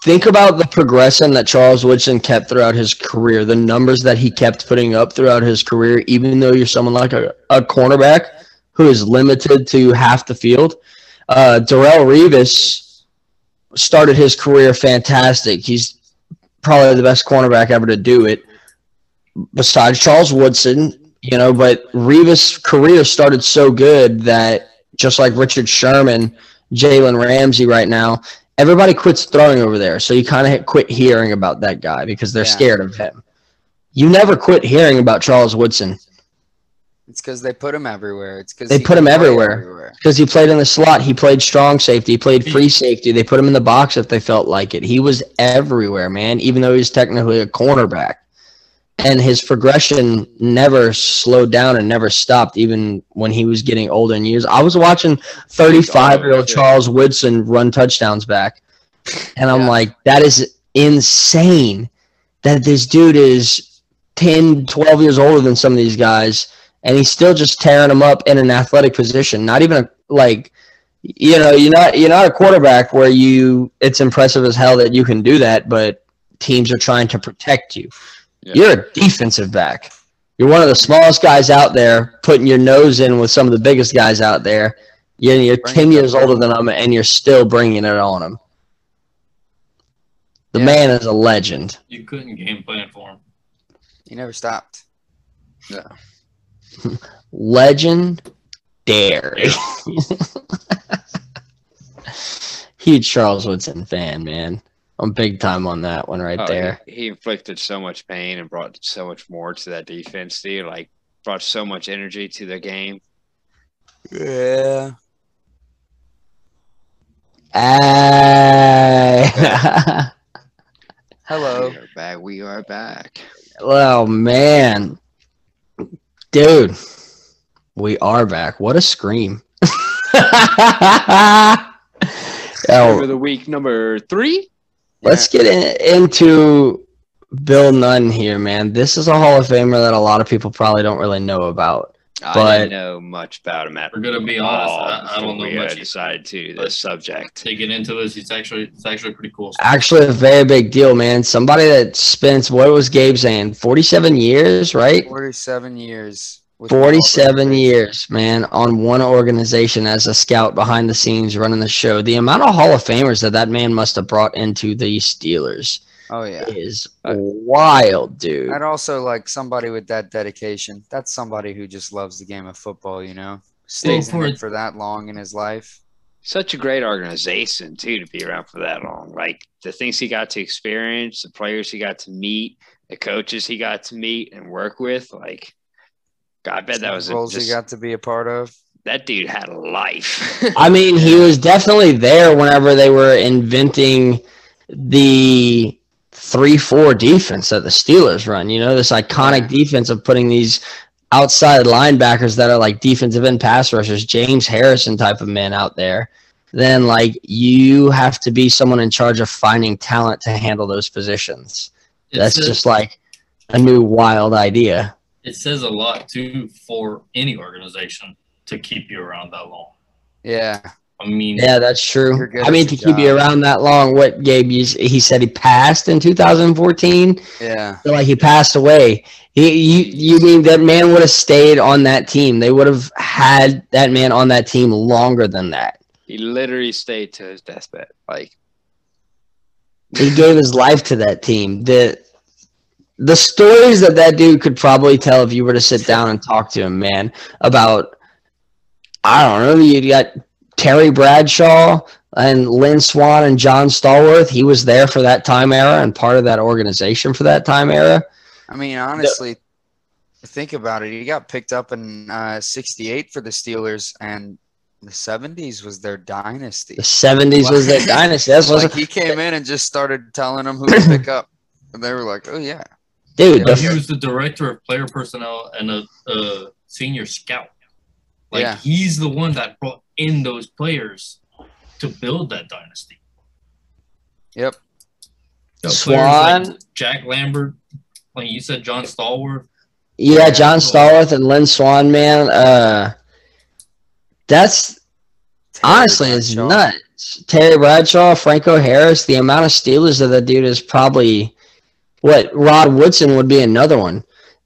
Speaker 2: think about the progression that Charles Woodson kept throughout his career, the numbers that he kept putting up throughout his career, even though you're someone like a, a cornerback who is limited to half the field. Uh, Darrell Revis started his career fantastic. He's probably the best cornerback ever to do it, besides Charles Woodson, you know. But Revis' career started so good that just like Richard Sherman, Jalen Ramsey right now, everybody quits throwing over there. So you kind of quit hearing about that guy because they're
Speaker 3: Yeah.
Speaker 2: scared of him. You never quit hearing about Charles Woodson
Speaker 3: It's because they put him everywhere. It's because
Speaker 2: They put him everywhere. because he played in the slot. He played strong safety. He played free safety. They put him in the box if they felt like it. He was everywhere, man, even though he was technically a cornerback. And his progression never slowed down and never stopped, even when he was getting older in years. I was watching 35 year old Charles Woodson run touchdowns back. And I'm
Speaker 3: Yeah.
Speaker 2: like, that is insane that this dude is 10, 12 years older than some of these guys. And he's still just tearing them up in an athletic position. Not even a, like, you know, you're not you're not a quarterback where you it's impressive as hell that you can do that, but teams are trying to protect you.
Speaker 4: Yeah.
Speaker 2: You're a defensive back. You're one of the smallest guys out there, putting your nose in with some of the biggest guys out there. You're, you're
Speaker 3: Bring
Speaker 2: 10
Speaker 3: it
Speaker 2: years
Speaker 3: up.
Speaker 2: older than them, and you're still bringing it on them. The
Speaker 3: Yeah.
Speaker 2: man is a legend.
Speaker 1: You couldn't game plan for him.
Speaker 3: He never stopped.
Speaker 2: Legend Dairy. Huge Charles Woodson fan, man. I'm big time on that one right
Speaker 4: Oh,
Speaker 2: there.
Speaker 4: He, he inflicted so much pain and brought so much more to that defense, dude. Like brought so much energy to their game.
Speaker 3: Yeah.
Speaker 2: Ay.
Speaker 3: Hello.
Speaker 4: We are back. We are back.
Speaker 2: oh, man. Dude, we are back. What a scream.
Speaker 4: Over
Speaker 2: oh,
Speaker 4: the week number three.
Speaker 2: let's get in, into Bill Nunn here, man. This is a Hall of Famer that a lot of people probably don't really know about.
Speaker 4: I
Speaker 2: But-
Speaker 4: didn't know much about him at
Speaker 1: We're gonna be honest,
Speaker 4: all
Speaker 1: I- I
Speaker 4: before
Speaker 1: don't know
Speaker 4: we,
Speaker 1: much
Speaker 4: uh,
Speaker 1: either.
Speaker 4: decided to
Speaker 1: But-
Speaker 4: this subject.
Speaker 1: Taking into this, it's actually it's actually pretty cool.
Speaker 2: Actually, a very big deal, man. Somebody that spends, what was Gabe saying, 47 years, right?
Speaker 3: 47 years. with
Speaker 2: 47
Speaker 3: Marlboro.
Speaker 2: years, man, on one organization as a scout behind the scenes running the show. The amount of Hall of Famers that that man must have brought into the Steelers
Speaker 3: Oh, yeah.
Speaker 2: is wild, dude.
Speaker 3: And also, like somebody with that dedication. That's somebody who just loves the game of football, you know? Stays
Speaker 1: for
Speaker 3: in
Speaker 1: it-
Speaker 3: it for that long in his life.
Speaker 4: Such a great organization too to be around for that long. Like the things he got to experience, the players he got to meet, the coaches he got to meet and work with. Like, God, I bet that was a,
Speaker 3: roles
Speaker 4: just,
Speaker 3: he got to be a part of.
Speaker 4: that dude had a life.
Speaker 2: I mean, he was definitely there whenever they were inventing the 3 4 defense that the Steelers run. You know, this iconic defense of putting these outside linebackers that are like defensive end pass rushers, James Harrison type of men out there. Then, like, you have to be someone in charge of finding talent to handle those positions.
Speaker 1: It
Speaker 2: That's
Speaker 1: says-
Speaker 2: just like a new wild idea.
Speaker 1: it says a lot too for any organization to keep you around that long.
Speaker 3: Yeah.
Speaker 1: I mean,
Speaker 2: Yeah, that's
Speaker 3: You're
Speaker 2: true.
Speaker 3: good
Speaker 2: I
Speaker 3: at
Speaker 2: mean, to
Speaker 3: your
Speaker 2: keep you
Speaker 3: job.
Speaker 2: around that long, what Gabe? You, he said he passed in 2014.
Speaker 3: Yeah.
Speaker 2: So, like he passed away. He, you, you mean that man would have stayed on that team? They would have had that man on that team longer than that.
Speaker 4: He literally stayed to his deathbed. Like
Speaker 2: He gave his life to that team. The the stories that that dude could probably tell if you were to sit down and talk to him, man, about I don't know. You got Terry Bradshaw and Lynn Swan and John Stallworth. He was there for that time era and part of that organization for that time era.
Speaker 3: I mean, honestly, think about it. He got picked up in uh, 68 for the Steelers, and the 70s was their dynasty.
Speaker 2: The seventies was their dynasty. That's what
Speaker 3: Like, he came in and just started telling them who to pick up. And they were like, oh, yeah.
Speaker 2: dude.
Speaker 1: But
Speaker 2: The
Speaker 1: he was the director of player personnel and a, a senior scout. Like
Speaker 3: Yeah.
Speaker 1: he's the one that brought in those players to build that dynasty.
Speaker 3: Yep.
Speaker 1: The players
Speaker 2: Swan.
Speaker 1: like Jack Lambert, like you said, John Stallworth.
Speaker 2: Yeah,
Speaker 1: Yeah,
Speaker 2: John
Speaker 1: cool.
Speaker 2: Stallworth and Lynn Swan, man. Uh, that's honestly
Speaker 3: Terry
Speaker 2: it's
Speaker 3: Bradshaw.
Speaker 2: nut. Terry Bradshaw, Franco Harris, the amount of Steelers that that dude is probably what Rod Woodson would be another one.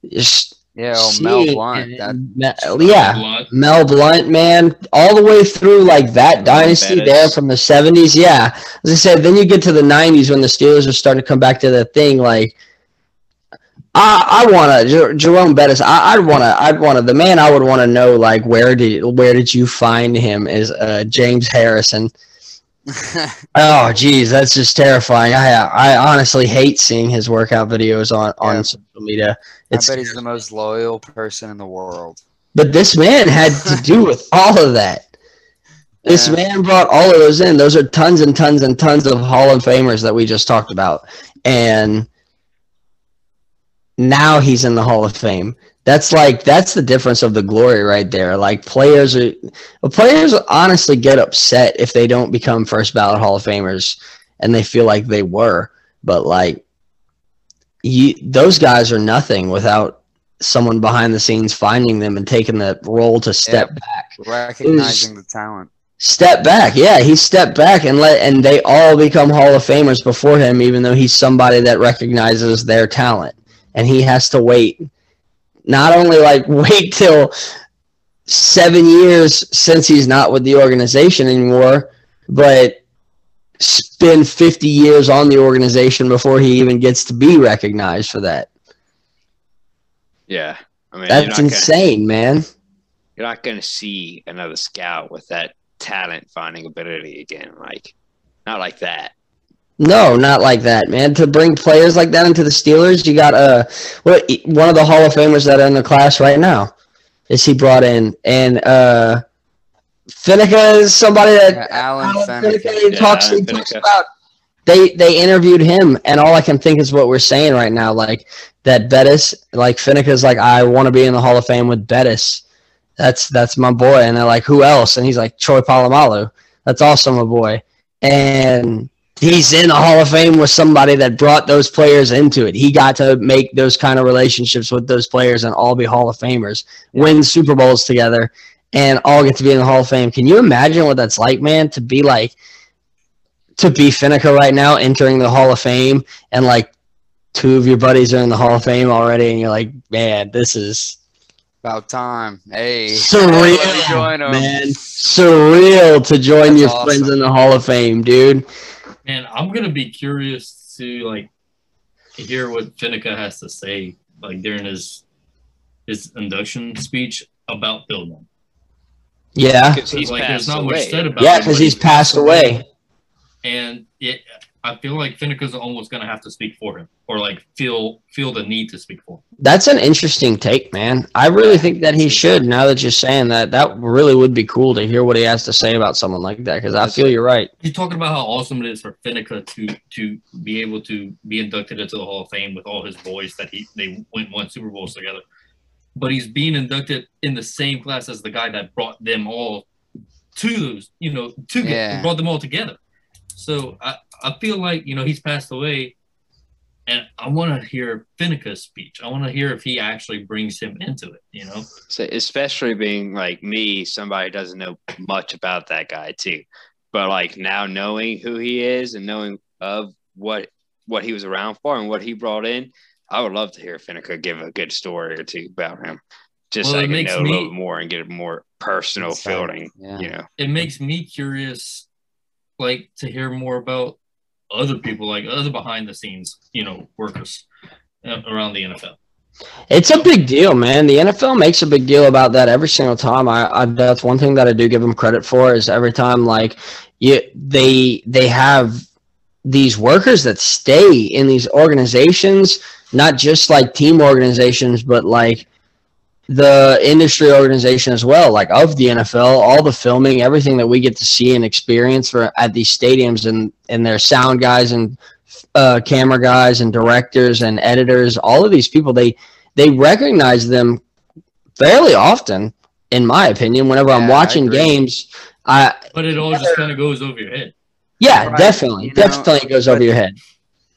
Speaker 2: Just
Speaker 3: Yeah, oh, Mel
Speaker 2: seeing-
Speaker 3: Blunt. That,
Speaker 2: Mel- yeah,
Speaker 1: Blunt.
Speaker 2: Mel Blunt, man, all the way through like that dynasty
Speaker 4: Bettis.
Speaker 2: there from the seventies. Yeah, as I said, then you get to the nineties when the Steelers are starting to come back to the thing. Like, I I want to Jer- Jerome Bettis. I, I'd want to. I'd want to. The man I would want to know like where did where did you find him is uh, James Harrison. Oh, geez, that's just terrifying. I I honestly hate seeing his workout videos on
Speaker 3: Yeah.
Speaker 2: on social media.
Speaker 3: I
Speaker 2: It's
Speaker 3: bet he's the most loyal person in the world.
Speaker 2: But this man had to do with all of that. This
Speaker 3: Yeah.
Speaker 2: man brought all of those in. Those are tons and tons and tons of Hall of Famers that we just talked about. And now he's in the Hall of Fame. That's like that's the difference of the glory right there. Like players are well, players honestly get upset if they don't become first ballot Hall of Famers and they feel like they were. But like you those guys are nothing without someone behind the scenes finding them and taking the role to step back.
Speaker 3: Recognizing the talent.
Speaker 2: Step back, yeah, he stepped back and let and they all become Hall of Famers before him, even though he's somebody that recognizes their talent. And he has to wait. Not only like wait till seven years since he's not with the organization anymore, but spend 50 years on the organization before he even gets to be recognized for that.
Speaker 4: Yeah. I mean, you're not
Speaker 2: That's
Speaker 4: gonna-
Speaker 2: insane, man.
Speaker 4: you're not going to see another scout with that talent finding ability again. Like, not like that.
Speaker 2: No, not like that, man. To bring players like that into the Steelers, you got uh, what one of the Hall of Famers that are in the class right now is he brought in, and uh, Finneca is somebody that
Speaker 3: Yeah, Alan
Speaker 2: Finneca,
Speaker 3: Finneca.
Speaker 2: he
Speaker 4: Yeah,
Speaker 2: talks, he
Speaker 4: Alan
Speaker 2: talks
Speaker 4: Finneca.
Speaker 2: about. They they interviewed him, and all I can think is what we're saying right now, like that Bettis, like Finneca's like I want to be in the Hall of Fame with Bettis. That's that's my boy, and they're like who else? And he's like Troy Polamalu. That's also my boy, and he's in the Hall of Fame with somebody that brought those players into it. He got to make those kind of relationships with those players and all be Hall of Famers, win Super Bowls together, and all get to be in the Hall of Fame. Can you imagine what that's like, man? To be like, to be Finneker right now, entering the Hall of Fame, and like two of your buddies are in the Hall of Fame already, and you're like, man, this is
Speaker 3: About time. Hey.
Speaker 2: Surreal,
Speaker 3: let me join 'em.
Speaker 2: man, surreal to join
Speaker 3: That's
Speaker 2: your
Speaker 3: awesome.
Speaker 2: friends in the Hall of Fame, dude.
Speaker 1: Man, I'm gonna be curious to like hear what Finneca has to say, like during his his induction speech about Billman.
Speaker 2: Yeah,
Speaker 4: Because he's
Speaker 1: like,
Speaker 4: passed
Speaker 1: there's not much
Speaker 4: away.
Speaker 1: said about
Speaker 2: yeah,
Speaker 1: him,
Speaker 2: because
Speaker 1: but
Speaker 2: he's passed away.
Speaker 1: and it, I feel like Finneca's almost gonna have to speak for him, or like feel feel the need to speak for him.
Speaker 2: That's an interesting take, man. I really think that he should. Now that you're saying that, that really would be cool to hear what he has to say about someone like that. Because I feel you're right.
Speaker 1: He's talking about how awesome it is for Finneca to to be able to be inducted into the Hall of Fame with all his boys that he they went and won Super Bowls together. But he's being inducted in the same class as the guy that brought them all to those, you know, to
Speaker 3: Yeah.
Speaker 1: brought them all together. So I, I feel like, you know, he's passed away and I wanna hear Finneca's speech. I wanna hear if he actually brings him into it, you know.
Speaker 4: So especially being like me, somebody who doesn't know much about that guy too. But like now knowing who he is and knowing of what what he was around for and what he brought in, I would love to hear Finneker give a good story or two about him. Just
Speaker 1: Well,
Speaker 4: so
Speaker 1: it
Speaker 4: I can
Speaker 1: makes
Speaker 4: know a
Speaker 1: me-
Speaker 4: little bit more and get a more personal
Speaker 3: Inside.
Speaker 4: feeling,
Speaker 3: Yeah.
Speaker 4: you know.
Speaker 1: it makes me curious like to hear more about other people like other behind the scenes you know workers uh, around the nfl
Speaker 2: It's a big deal, man. The NFL makes a big deal about that every single time. I, I that's one thing that I do give them credit for is every time like you they they have these workers that stay in these organizations, not just like team organizations, but like the industry organization as well, like of the NFL, all the filming, everything that we get to see and experience for, at these stadiums and and their sound guys and uh, camera guys and directors and editors, all of these people, they they recognize them fairly often, in my opinion. Whenever
Speaker 3: Yeah,
Speaker 2: I'm
Speaker 3: I
Speaker 2: watching
Speaker 3: agree.
Speaker 2: games, I
Speaker 1: but it all just kind of goes over your head
Speaker 2: yeah,
Speaker 3: Right,
Speaker 2: definitely,
Speaker 3: you know,
Speaker 2: definitely it goes over
Speaker 3: but-
Speaker 2: your head.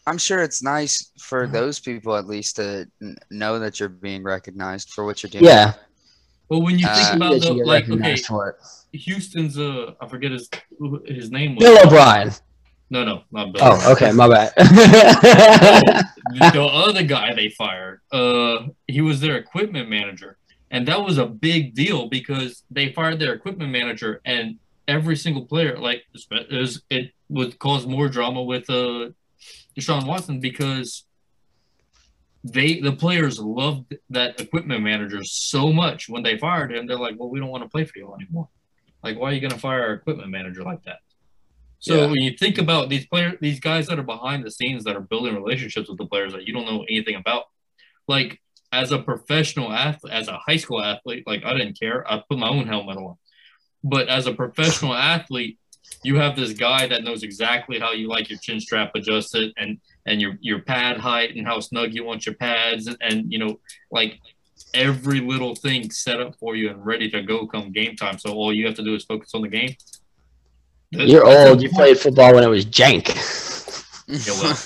Speaker 3: I'm sure it's nice for those people at least to n- know that you're being recognized for what you're doing.
Speaker 2: Yeah,
Speaker 1: but when you think
Speaker 3: Uh,
Speaker 1: about the,
Speaker 2: you get
Speaker 1: like okay
Speaker 2: recognized for it.
Speaker 1: Houston's uh, I forget his who his name was.
Speaker 2: Bill O'Brien.
Speaker 1: No, no, not Bill.
Speaker 2: Oh, okay, my bad.
Speaker 1: the other guy they fired, uh, he was their equipment manager, and that was a big deal because they fired their equipment manager, and every single player, like it was, it would cause more drama with uh, Deshaun Watson because they the players loved that equipment manager so much when they fired him, they're like, well, we don't want to play for you anymore. Like, why are you going to fire our equipment manager like that? So
Speaker 4: Yeah.
Speaker 1: when you think about these players, these guys that are behind the scenes that are building relationships with the players that you don't know anything about, like as a professional athlete, as a high school athlete, like I didn't care. I put my own helmet on. But as a professional athlete, you have this guy that knows exactly how you like your chin strap adjusted and and your your pad height and how snug you want your pads and, and you know like every little thing set up for you and ready to go come game time. So all you have to do is focus on the game. That-
Speaker 2: You're
Speaker 1: that's
Speaker 2: old. You
Speaker 1: important.
Speaker 2: played football when it was jank.
Speaker 1: Yeah, well,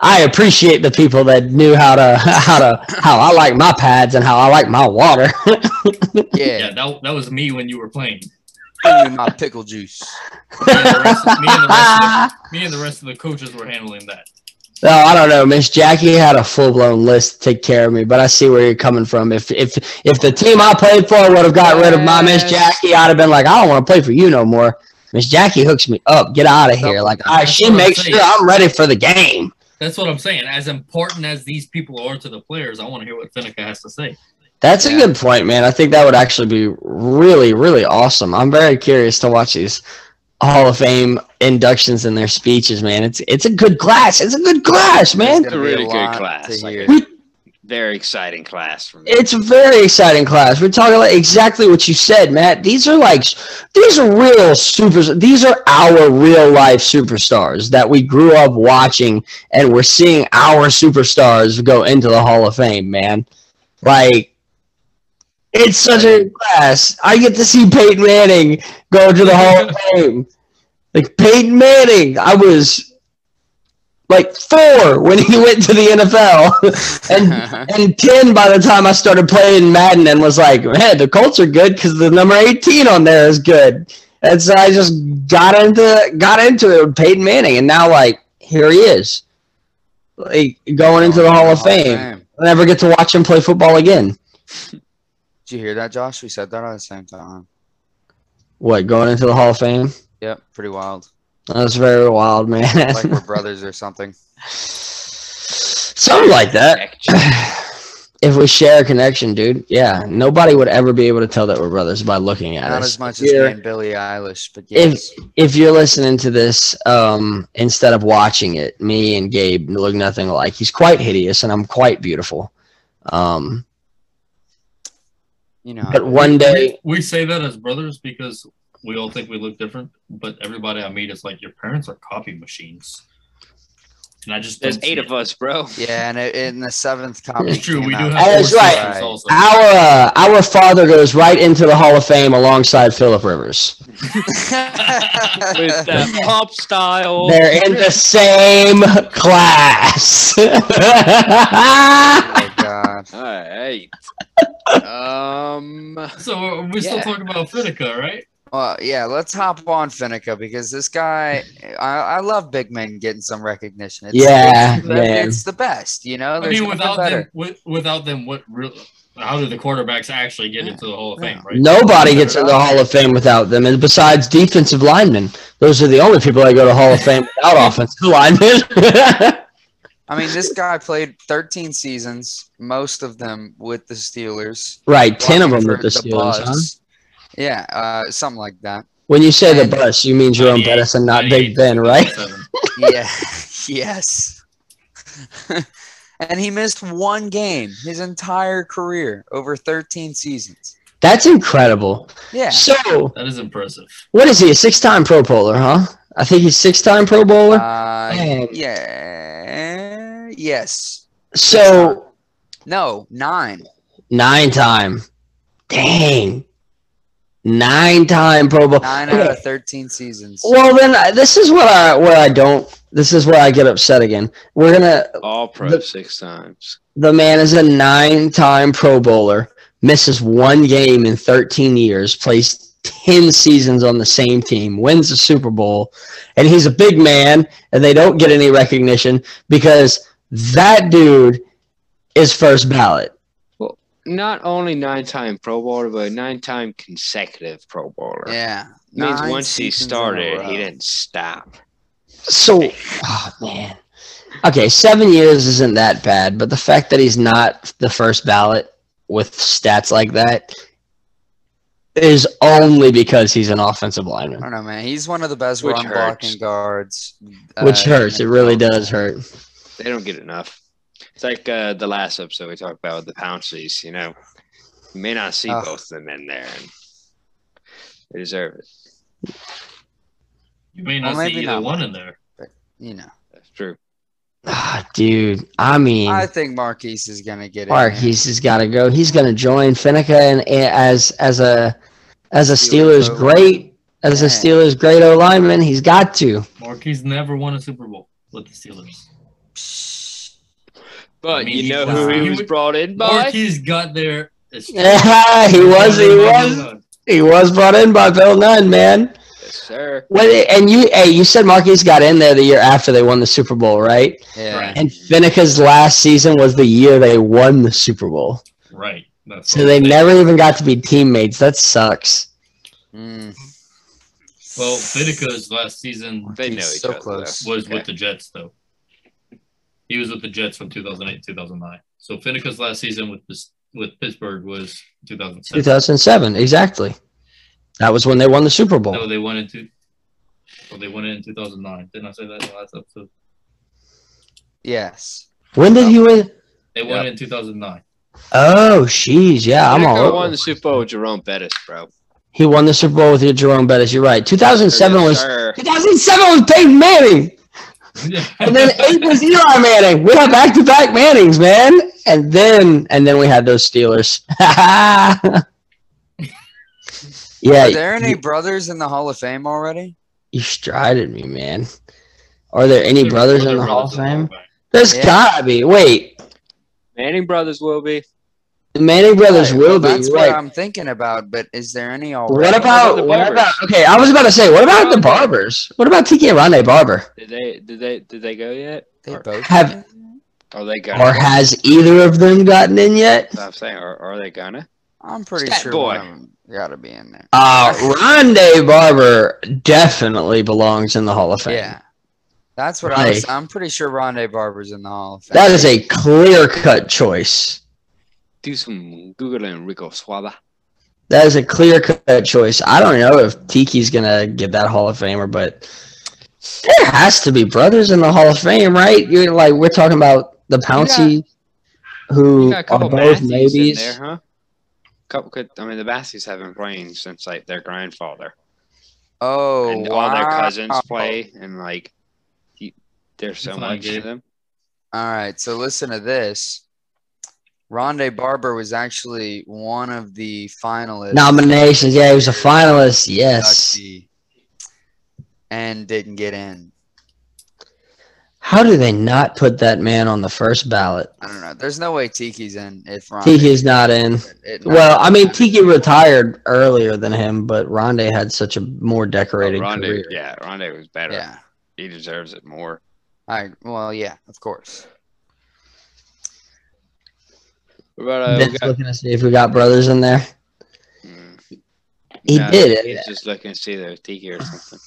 Speaker 2: I appreciate the people that knew how to how to how I like my pads and how I like my water.
Speaker 1: yeah,
Speaker 3: yeah,
Speaker 1: that, that was me when you were playing.
Speaker 3: give me my pickle juice.
Speaker 1: Me and the rest, me and the rest of the, me and the rest of the coaches were handling that.
Speaker 2: No, I don't know. Miss Jackie had a full blown list to take care of me, but I see where you're coming from. If if if the team I played for would have got rid of my Miss
Speaker 3: Yes.
Speaker 2: Jackie, I'd have been like, I don't want to play for you no more. Miss Jackie hooks me up. Get out of here. Like I,
Speaker 1: That's
Speaker 2: she
Speaker 1: what I'm
Speaker 2: makes
Speaker 1: saying.
Speaker 2: sure I'm ready for the game.
Speaker 1: That's what I'm saying. As important as these people are to the players, I want to hear what Seneca has to say.
Speaker 2: That's
Speaker 3: Yeah.
Speaker 2: a good point, man. I think that would actually be really, really awesome. I'm very curious to watch these Hall of Fame inductions and their speeches, man. It's it's a good class. It's a good class, man.
Speaker 3: There's
Speaker 4: It's a
Speaker 3: gonna be
Speaker 4: really good
Speaker 3: lot
Speaker 4: class,
Speaker 3: to
Speaker 4: like-
Speaker 3: hear.
Speaker 4: Very exciting class for me.
Speaker 2: It's a very exciting class. We're talking like exactly what you said, Matt. These are like these are real super. These are our real life superstars that we grew up watching, and we're seeing our superstars go into the Hall of Fame, man. Like it's such a good class. I get to see Peyton Manning go to the Hall of Fame. Like Peyton Manning, I was like four when he went to the NFL, and and 10 by the time I started playing Madden and was like, man, the Colts are good because the number 18 on there is good. And so I just got into got into it with Peyton Manning, and now like here he is, like going into the Hall
Speaker 3: Oh,
Speaker 2: of Fame. I never get to watch him play football again.
Speaker 3: Did you hear that, Josh? We said that at the same time.
Speaker 2: What going into the Hall of Fame?
Speaker 3: Yep, pretty wild.
Speaker 2: That's very wild, man.
Speaker 3: Like we're brothers or something.
Speaker 2: Something like that. if we share a connection, dude, yeah, nobody would ever be able to tell that we're brothers by looking at
Speaker 3: Not
Speaker 2: us.
Speaker 3: as much as
Speaker 2: If you're-
Speaker 3: me and Billie Eilish, but
Speaker 2: If-
Speaker 3: yes.
Speaker 2: if you're listening to this um, instead of watching it, me and Gabe look nothing alike. He's quite hideous, and I'm quite beautiful. Um,
Speaker 3: you know,
Speaker 2: but one day,
Speaker 1: We say that as brothers because we all think we look different, but everybody I meet is like, your parents are copy machines. And I just
Speaker 4: There's
Speaker 1: don't see
Speaker 4: eight
Speaker 1: it.
Speaker 4: of us, bro.
Speaker 3: yeah, and it, in the seventh comedy,
Speaker 1: It's true.
Speaker 3: came
Speaker 1: We do
Speaker 3: out.
Speaker 1: have
Speaker 2: That is
Speaker 1: four
Speaker 2: right.
Speaker 1: sisters also.
Speaker 2: our uh, our father goes right into the Hall of Fame alongside Philip Rivers.
Speaker 4: With that pop
Speaker 3: Oh.
Speaker 4: style.
Speaker 2: They're in the same class.
Speaker 3: oh, God.
Speaker 4: All right. Um,
Speaker 1: So uh, we still
Speaker 4: Yeah.
Speaker 1: talking about Finnica, right?
Speaker 3: Well, yeah, let's hop on Finnica because this guy, I, I love big men getting some recognition. It's,
Speaker 2: Yeah,
Speaker 3: it's, the-
Speaker 2: man.
Speaker 3: it's the best, you know.
Speaker 1: I
Speaker 3: There's
Speaker 1: mean,
Speaker 3: nothing
Speaker 1: without
Speaker 3: better.
Speaker 1: them, with, without them, what real? How do the quarterbacks actually get into the Hall of Fame? Right?
Speaker 2: Nobody gets into the Hall of Fame without them, and besides defensive linemen, those are the only people that go to Hall of Fame without offensive linemen.
Speaker 3: I mean, this guy played 13 seasons, most of them with the Steelers.
Speaker 2: Right, ten of them
Speaker 3: Walking for
Speaker 2: with the Steelers. Huh?
Speaker 3: Bucs. Yeah, uh, something like that.
Speaker 2: When you say the
Speaker 3: And-
Speaker 2: bus, you mean Jerome
Speaker 1: 98,
Speaker 2: Bettis and not Big
Speaker 1: 98,
Speaker 2: Ben, right?
Speaker 1: 97.
Speaker 3: Yeah, yes. and he missed one game his entire career over 13 seasons.
Speaker 2: That's incredible.
Speaker 3: Yeah,
Speaker 2: So,
Speaker 1: That is impressive.
Speaker 2: what is he? A six-time Pro Bowler, huh? I think he's six-time Pro Bowler.
Speaker 3: uh,
Speaker 2: Man.
Speaker 3: yeah, yes.
Speaker 2: so
Speaker 3: No, nine.
Speaker 2: nine-time. Dang, nine-time Pro Bowl.
Speaker 3: Nine out
Speaker 2: Okay.
Speaker 3: of 13 seasons.
Speaker 2: Well, then I- this is what I where I don't. This is where I get upset again. We're gonna
Speaker 4: all pro
Speaker 2: The-
Speaker 4: six times.
Speaker 2: The man is a nine time Pro Bowler, misses one game in 13 years, plays 10 seasons on the same team, wins the Super Bowl, and he's a big man, and they don't get any recognition because that dude is first ballot.
Speaker 4: Not only nine time Pro Bowler, but nine time consecutive Pro Bowler.
Speaker 3: Yeah.
Speaker 4: means
Speaker 3: Nine
Speaker 4: once he
Speaker 3: seasons in a
Speaker 4: started,
Speaker 3: row.
Speaker 4: he didn't stop.
Speaker 2: So, oh, man. Okay, seven years isn't that bad, but the fact that he's not the first ballot with stats like that is only because he's an offensive
Speaker 3: I
Speaker 2: lineman,
Speaker 3: don't know, man. He's one of the best
Speaker 4: Which
Speaker 3: run blocking
Speaker 4: hurts.
Speaker 3: guards.
Speaker 2: which
Speaker 3: uh,
Speaker 2: hurts. It
Speaker 3: in-
Speaker 2: really does hurt.
Speaker 4: They don't get enough. It's like uh, the last episode we talked about with the Pouncies. You know, you may not see
Speaker 3: Ugh.
Speaker 4: both of them in there, and they deserve it.
Speaker 1: You may
Speaker 3: Well,
Speaker 1: not see
Speaker 3: maybe
Speaker 1: either
Speaker 3: not.
Speaker 1: one in there.
Speaker 3: You know,
Speaker 4: That's true.
Speaker 2: Ah, dude, I mean,
Speaker 3: I think Marquise is gonna get it.
Speaker 2: Marquise has got to go. He's going to join Finnegan and, as as a as a Steelers
Speaker 3: Steelers O-line.
Speaker 2: great as a
Speaker 3: Yeah.
Speaker 2: Steelers great O lineman. He's got to.
Speaker 1: Marquise never won a Super Bowl with the Steelers.
Speaker 4: But
Speaker 1: I mean,
Speaker 4: you know
Speaker 1: he
Speaker 4: who
Speaker 1: was-
Speaker 4: he
Speaker 1: he
Speaker 4: was
Speaker 1: was-
Speaker 4: brought in by?
Speaker 1: Marquise got there. as-
Speaker 2: Yeah, he was. He was. He was brought in by Bill Nunn, man.
Speaker 4: Yes, sir.
Speaker 2: When it- and you, hey, you said Marquise got in there the year after they won the Super Bowl, right?
Speaker 3: Yeah.
Speaker 1: Right.
Speaker 2: And Finnegan's last season was the year they won the Super Bowl,
Speaker 1: Right. That's
Speaker 2: so
Speaker 1: what
Speaker 2: they
Speaker 1: I'm saying.
Speaker 2: never even got to be teammates. That sucks.
Speaker 3: Mm.
Speaker 1: Well, Whitaker's last season
Speaker 4: They know
Speaker 3: He's
Speaker 4: each
Speaker 3: so
Speaker 4: other.
Speaker 3: close.
Speaker 1: was
Speaker 4: Okay.
Speaker 1: with the Jets, though. He was with the Jets from 2008 2009. So Finnegan's last season with this, with Pittsburgh was 2007.
Speaker 2: 2007, exactly. That was when they won the Super Bowl.
Speaker 1: No, they won in two. Well, they won it in 2009. Didn't I say that in the last episode?
Speaker 3: Yes.
Speaker 2: When did he win?
Speaker 1: They won it in 2009.
Speaker 2: Oh, jeez, yeah, I'm all
Speaker 4: Whitaker
Speaker 2: over.
Speaker 4: won the Super Bowl with Jerome Bettis, bro.
Speaker 2: he won the Super Bowl with your Jerome Bettis. You're right. 2007
Speaker 4: Yes,
Speaker 2: was
Speaker 4: sir.
Speaker 2: 2007 was Peyton Manning, and then eight was Eli Manning. We had back to back Mannings, man, and then and then we had those Steelers. yeah,
Speaker 3: Are there any
Speaker 2: you,
Speaker 3: brothers in the Hall of Fame already?
Speaker 2: you strided me, man. Are there any brothers in the Hall of Fame? There's
Speaker 3: Yeah.
Speaker 2: gotta be. Wait,
Speaker 4: Manning brothers will be.
Speaker 2: the Manning brothers
Speaker 3: Right,
Speaker 2: will
Speaker 3: well, That's
Speaker 2: be
Speaker 3: what
Speaker 2: right.
Speaker 3: I'm thinking about. But is there any already?
Speaker 2: What
Speaker 4: the
Speaker 2: about what
Speaker 4: barbers?
Speaker 2: about? Okay, I was about to say, what about the
Speaker 4: Ronde.
Speaker 2: barbers? What about Tiki and Ronde Barber?
Speaker 4: Did they? Did they? Did they go yet?
Speaker 3: They
Speaker 4: Or-
Speaker 3: both
Speaker 2: Have-
Speaker 4: Are they gonna?
Speaker 2: Or has either of them gotten in yet?
Speaker 4: That's what I'm saying, are, are they gonna?
Speaker 3: I'm pretty
Speaker 4: Stat
Speaker 3: sure
Speaker 4: boy.
Speaker 3: one of them got to be in there.
Speaker 2: Uh, Ronde Barber definitely belongs in the Hall of Fame.
Speaker 3: Yeah. That's what I was.
Speaker 2: Like-
Speaker 3: I'm pretty sure Rondé Barber's in the Hall of Fame.
Speaker 2: That is a clear cut choice.
Speaker 4: Do some googling, Rico Suava.
Speaker 2: That is a clear cut choice. I don't know if Tiki's gonna get that Hall of Famer, but there has to be brothers in the Hall of Fame, right? You're like we're talking about the Pouncy,
Speaker 4: You
Speaker 2: who
Speaker 4: got a
Speaker 2: are
Speaker 4: couple
Speaker 2: both
Speaker 4: Matthews in
Speaker 2: maybes.
Speaker 4: there, huh? Couple good. I mean, the Matthews haven't played since like their grandfather,
Speaker 3: Oh,
Speaker 4: and all their
Speaker 3: wow.
Speaker 4: cousins play, and like he, there's so
Speaker 1: It's not
Speaker 4: much to
Speaker 1: good.
Speaker 4: them.
Speaker 3: All right, so listen to this. Rondé Barber was actually one of the finalists.
Speaker 2: nominations. Yeah, he was a finalist.
Speaker 3: for
Speaker 2: Yes.
Speaker 3: Kentucky And didn't get in.
Speaker 2: How do they not put that man on the first ballot?
Speaker 3: I don't know. There's no way Tiki's in if Rondé.
Speaker 2: Tiki's not in.
Speaker 3: It-
Speaker 2: Well, I mean, Tiki retired earlier than him, but Rondé had such a more decorated
Speaker 4: Rondé-
Speaker 2: career.
Speaker 4: yeah, Rondé was better.
Speaker 3: yeah.
Speaker 4: He deserves it more.
Speaker 3: I well, yeah, of course.
Speaker 4: What about, uh, we
Speaker 2: Vince
Speaker 4: got-
Speaker 2: looking to see if we got brothers in there.
Speaker 4: Mm.
Speaker 2: He
Speaker 4: No,
Speaker 2: did it.
Speaker 4: He's just looking to see their tiki or something.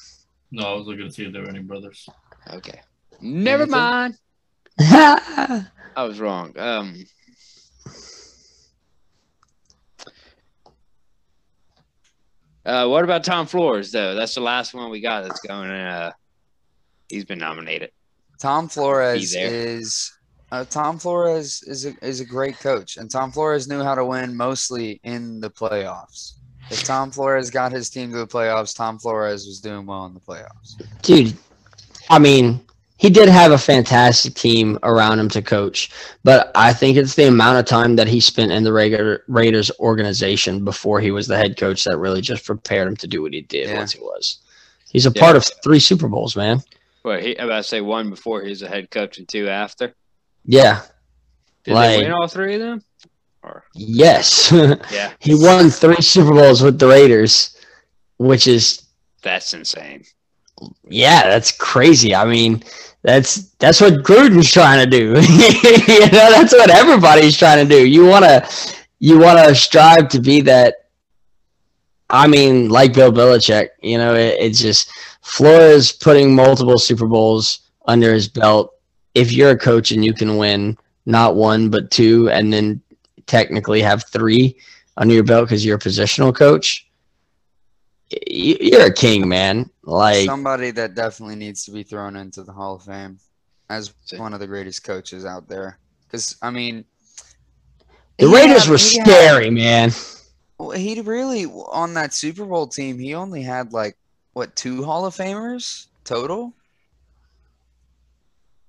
Speaker 1: No, I was looking to see if there were any brothers.
Speaker 4: Okay. Never
Speaker 3: Anything?
Speaker 4: mind.
Speaker 2: I
Speaker 4: I was wrong. Um. Uh, what about Tom Flores though? That's the last one we got. That's going. Uh, he's been nominated.
Speaker 3: Tom Flores
Speaker 4: there.
Speaker 3: is uh, Tom Flores is a, is a great coach, and Tom Flores knew how to win mostly in the playoffs. If Tom Flores got his team to the playoffs, Tom Flores was doing well in the playoffs.
Speaker 2: dude, I mean, he did have a fantastic team around him to coach, but I think it's the amount of time that he spent in the Raider, Raiders organization before he was the head coach that really just prepared him to do what he did
Speaker 3: Yeah.
Speaker 2: once he was. He's a
Speaker 4: Yeah.
Speaker 2: part of three Super Bowls, man.
Speaker 4: Well, he, I about to say one before he was a head coach and two after.
Speaker 2: Yeah.
Speaker 4: Did
Speaker 2: Like-
Speaker 4: they win all three of them? Or
Speaker 2: Yes.
Speaker 4: yeah,
Speaker 2: he won three Super Bowls with the Raiders. which is
Speaker 4: That's insane.
Speaker 2: yeah, that's crazy. I mean, that's that's what Gruden's trying to do. you know, that's what everybody's trying to do. You wanna you wanna strive to be that. I mean, like Bill Belichick, you know, it, it's just Flores putting multiple Super Bowls under his belt. If you're a coach and you can win not one but two, and then technically have three under your belt because you're a positional coach, y- y- you're a king, man. Like
Speaker 3: Somebody that definitely needs to be thrown into the Hall of Fame as one of the greatest coaches out there. Because I mean,
Speaker 2: The
Speaker 3: he
Speaker 2: Raiders
Speaker 3: had-
Speaker 2: were
Speaker 3: he had-
Speaker 2: scary, man.
Speaker 3: Well, he really on that Super Bowl team, he only had like what two Hall of Famers total.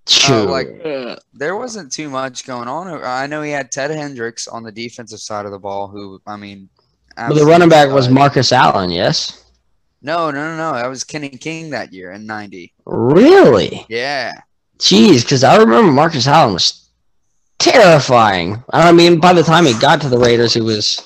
Speaker 2: Shoot.
Speaker 3: Oh, like- There wasn't too much going on. I know he had Ted Hendricks on the defensive side of the ball, who I mean,
Speaker 2: But the running back was
Speaker 3: absolutely-
Speaker 2: Marcus Allen, yes?
Speaker 3: No, no, no, no. That was Kenny King that year in '90.
Speaker 2: Really?
Speaker 3: Yeah,
Speaker 2: Jeez, because I remember Marcus Allen was terrifying. I mean, by the time he got to the Raiders, he was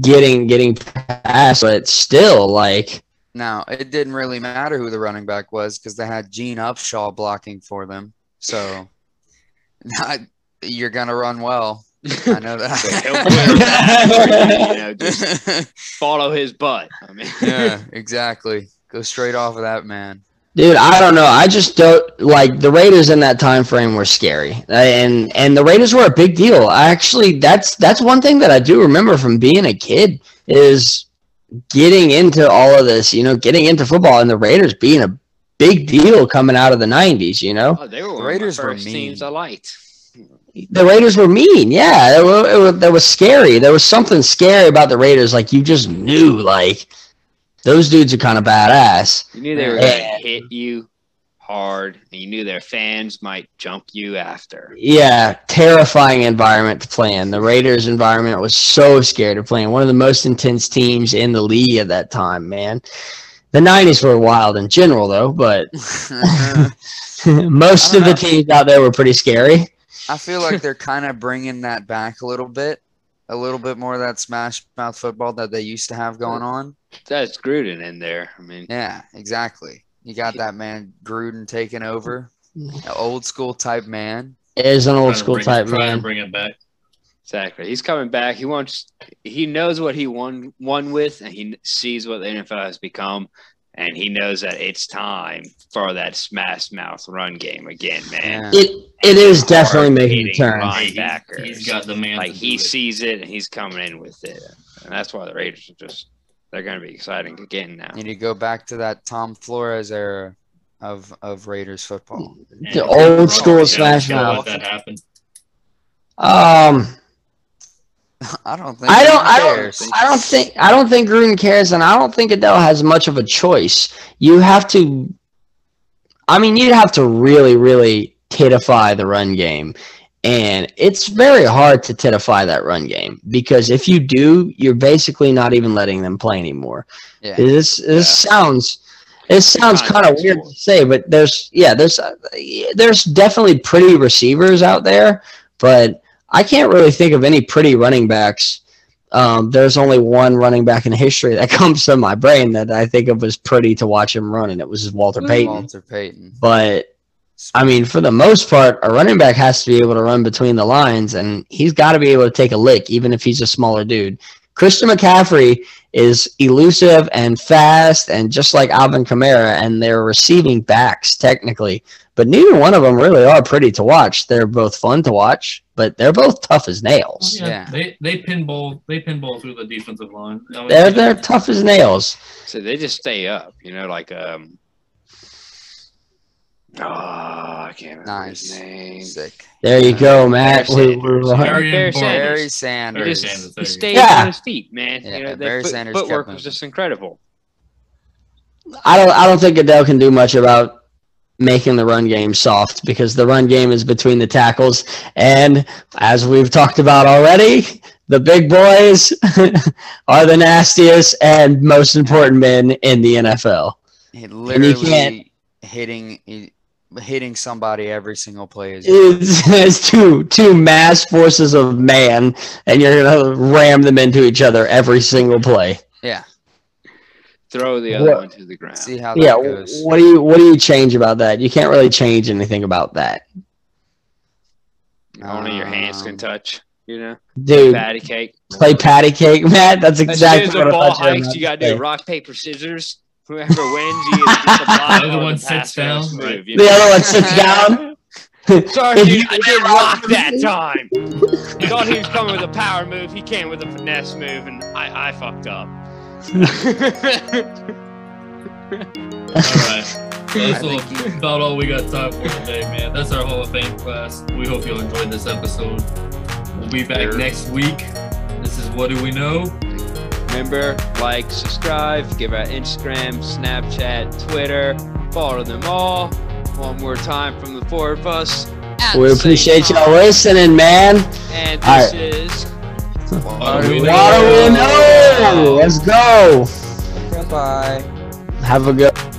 Speaker 2: getting getting past, but still, like,
Speaker 3: Now, it didn't really matter who the running back was because they had Gene Upshaw blocking for them. So not, you're going to run well. I know
Speaker 4: you know, just
Speaker 3: that.
Speaker 4: follow his butt. I mean,
Speaker 3: yeah, exactly. Go straight off of that man.
Speaker 2: dude, I don't know. I just don't like the Raiders in that time frame were scary, Uh, and and the Raiders were a big deal. I actually, that's that's one thing that I do remember from being a kid is getting into all of this, you know, getting into football and the Raiders being a big deal coming out of the 90s, you know.
Speaker 4: oh, they were one Raiders
Speaker 3: Raiders were
Speaker 4: of my first teams
Speaker 3: mean.
Speaker 4: I liked.
Speaker 2: The Raiders were mean. Yeah, it was, it wa- that was scary. There was something scary about the Raiders like you just knew like those dudes are kind of badass.
Speaker 4: You knew they were
Speaker 2: Yeah.
Speaker 4: going to hit you hard, and you knew their fans might jump you after.
Speaker 2: Yeah, terrifying environment to play in. The Raiders environment was so scary to play in. One of the most intense teams in the league at that time, man. The 90s were wild in general though, but most
Speaker 3: I
Speaker 2: of
Speaker 3: don't
Speaker 2: the
Speaker 3: know.
Speaker 2: teams out there were pretty scary.
Speaker 3: I feel like they're kind of bringing that back a little bit. A little bit more of that smash mouth football that they used to have going on.
Speaker 4: That's Gruden in there. I mean,
Speaker 3: Yeah, exactly. You got that man Gruden taking over.
Speaker 2: Mm-hmm.
Speaker 3: An old school type man.
Speaker 2: It is an
Speaker 1: Trying
Speaker 2: old
Speaker 1: to
Speaker 2: school
Speaker 1: bring-
Speaker 2: type,
Speaker 1: trying to
Speaker 2: man.
Speaker 1: bring it back.
Speaker 4: exactly. He's coming back. He wants. He knows what he won won with, and he sees what the NFL has become, and he knows that it's time for that smash mouth run game again, man.
Speaker 3: Yeah.
Speaker 2: It it is definitely
Speaker 4: Hard
Speaker 2: making a
Speaker 4: hitting
Speaker 2: turn.
Speaker 4: line.
Speaker 1: Hey, he's-
Speaker 4: Linebackers.
Speaker 1: he's got the man.
Speaker 4: Like
Speaker 1: to
Speaker 4: he
Speaker 1: do it.
Speaker 4: sees it, and he's coming in with it, and that's why the Raiders are just. They're going to be exciting again now.
Speaker 3: And you go back to that Tom Flores era of of Raiders football.
Speaker 1: And
Speaker 2: The
Speaker 1: he's got
Speaker 2: old
Speaker 1: the
Speaker 2: school
Speaker 1: wrong-
Speaker 2: smash
Speaker 1: yeah, he's gotta let
Speaker 2: mouth.
Speaker 1: That happen.
Speaker 2: Um
Speaker 3: I don't think
Speaker 2: I don't
Speaker 3: he
Speaker 2: I don't
Speaker 3: cares.
Speaker 2: I don't think I don't think Gruden cares and I don't think Adele has much of a choice. You have to I mean you'd have to really, really titify the run game. And it's very hard to titify that run game because if you do, you're basically not even letting them play anymore.
Speaker 3: Yeah.
Speaker 2: This this sounds it sounds kind of
Speaker 4: Context
Speaker 2: weird
Speaker 4: for
Speaker 2: to
Speaker 4: it.
Speaker 2: say, but there's yeah, there's uh, there's definitely pretty receivers out there, but I can't really think of any pretty running backs. Um, there's only one running back in history that comes to my brain that I think of was pretty to watch him run, and it was
Speaker 3: Hmm.
Speaker 2: Walter Payton.
Speaker 3: Walter Payton.
Speaker 2: But I mean, for the most part, a running back has to be able to run between the lines, and he's got to be able to take a lick, even if he's a smaller dude. Christian McCaffrey is elusive and fast, and just like Alvin Kamara, and they're receiving backs technically, but neither one of them really are pretty to watch. They're both fun to watch, but they're both tough as nails.
Speaker 1: Oh, Yeah,
Speaker 3: Yeah.
Speaker 1: They they pinball they pinball through the defensive line. I mean,
Speaker 2: They're they're tough as nails.
Speaker 4: So they just stay up, you know, like um. Oh, I can't remember
Speaker 3: Nice.
Speaker 4: his name.
Speaker 3: Sick.
Speaker 2: There you go, Matt. We-
Speaker 4: Sanders.
Speaker 2: we're-
Speaker 1: Barry and
Speaker 4: Barry
Speaker 1: Barnes.
Speaker 4: Sanders.
Speaker 3: Barry Sanders.
Speaker 1: Barry
Speaker 4: He just-
Speaker 1: Sanders,
Speaker 4: He
Speaker 1: there you go.
Speaker 4: stayed
Speaker 2: Yeah.
Speaker 4: on his feet, man.
Speaker 3: Yeah,
Speaker 4: you know, their
Speaker 3: Barry
Speaker 4: foot,
Speaker 3: Sanders
Speaker 4: footwork
Speaker 3: kept
Speaker 4: was
Speaker 3: moving.
Speaker 4: just incredible.
Speaker 2: I don't I don't think Adele can do much about making the run game soft because the run game is between the tackles and as we've talked about already, the big boys are the nastiest and most important men in the NFL.
Speaker 3: He
Speaker 2: can't-
Speaker 3: literally hitting he- hitting somebody every single play. Is
Speaker 2: It's, it's two two mass forces of man and you're gonna ram them into each other every single play.
Speaker 3: yeah.
Speaker 4: Throw the other
Speaker 2: Well,
Speaker 4: one to the ground.
Speaker 3: See how that
Speaker 2: yeah,
Speaker 3: goes.
Speaker 2: what do you what do you change about that? You can't really change anything about that,
Speaker 4: Only your hands
Speaker 3: Um,
Speaker 4: can touch. You know,
Speaker 2: dude.
Speaker 4: patty cake.
Speaker 2: Play patty cake, Matt. That's
Speaker 4: As soon as
Speaker 2: exactly
Speaker 4: the
Speaker 2: what I
Speaker 4: ball
Speaker 2: thought were
Speaker 4: hikes,
Speaker 2: about to
Speaker 4: you gotta do
Speaker 2: say.
Speaker 4: rock paper scissors. Whoever wins, you either get the block
Speaker 1: The other
Speaker 4: or
Speaker 1: one
Speaker 4: the
Speaker 1: sits
Speaker 4: pass goes
Speaker 1: down,
Speaker 4: smooth,
Speaker 1: right?
Speaker 4: you
Speaker 2: The
Speaker 4: know?
Speaker 2: other one sits down.
Speaker 4: Sorry,
Speaker 2: If
Speaker 4: dude,
Speaker 2: you
Speaker 4: I did
Speaker 2: win,
Speaker 4: rock
Speaker 2: I'll
Speaker 4: that
Speaker 2: lose.
Speaker 4: time. Thought he was coming with a power move. He came with a finesse move, and I, I fucked up.
Speaker 1: All right. That's
Speaker 3: I
Speaker 1: all,
Speaker 3: think you-
Speaker 1: about all we got time for today, man. That's our Hall of Fame class. We hope you all enjoyed this episode. We'll be back
Speaker 4: Sure.
Speaker 1: next week. This is What Do We Know?
Speaker 4: Remember, like, subscribe, give our Instagram, Snapchat, Twitter, follow them all. One more time from the four of us. at the
Speaker 2: We
Speaker 4: same
Speaker 2: appreciate
Speaker 4: time.
Speaker 2: y'all listening, man.
Speaker 4: And
Speaker 2: All
Speaker 4: this is.
Speaker 1: What do we
Speaker 2: What do we know? Let's go.
Speaker 3: Goodbye.
Speaker 2: Have a good.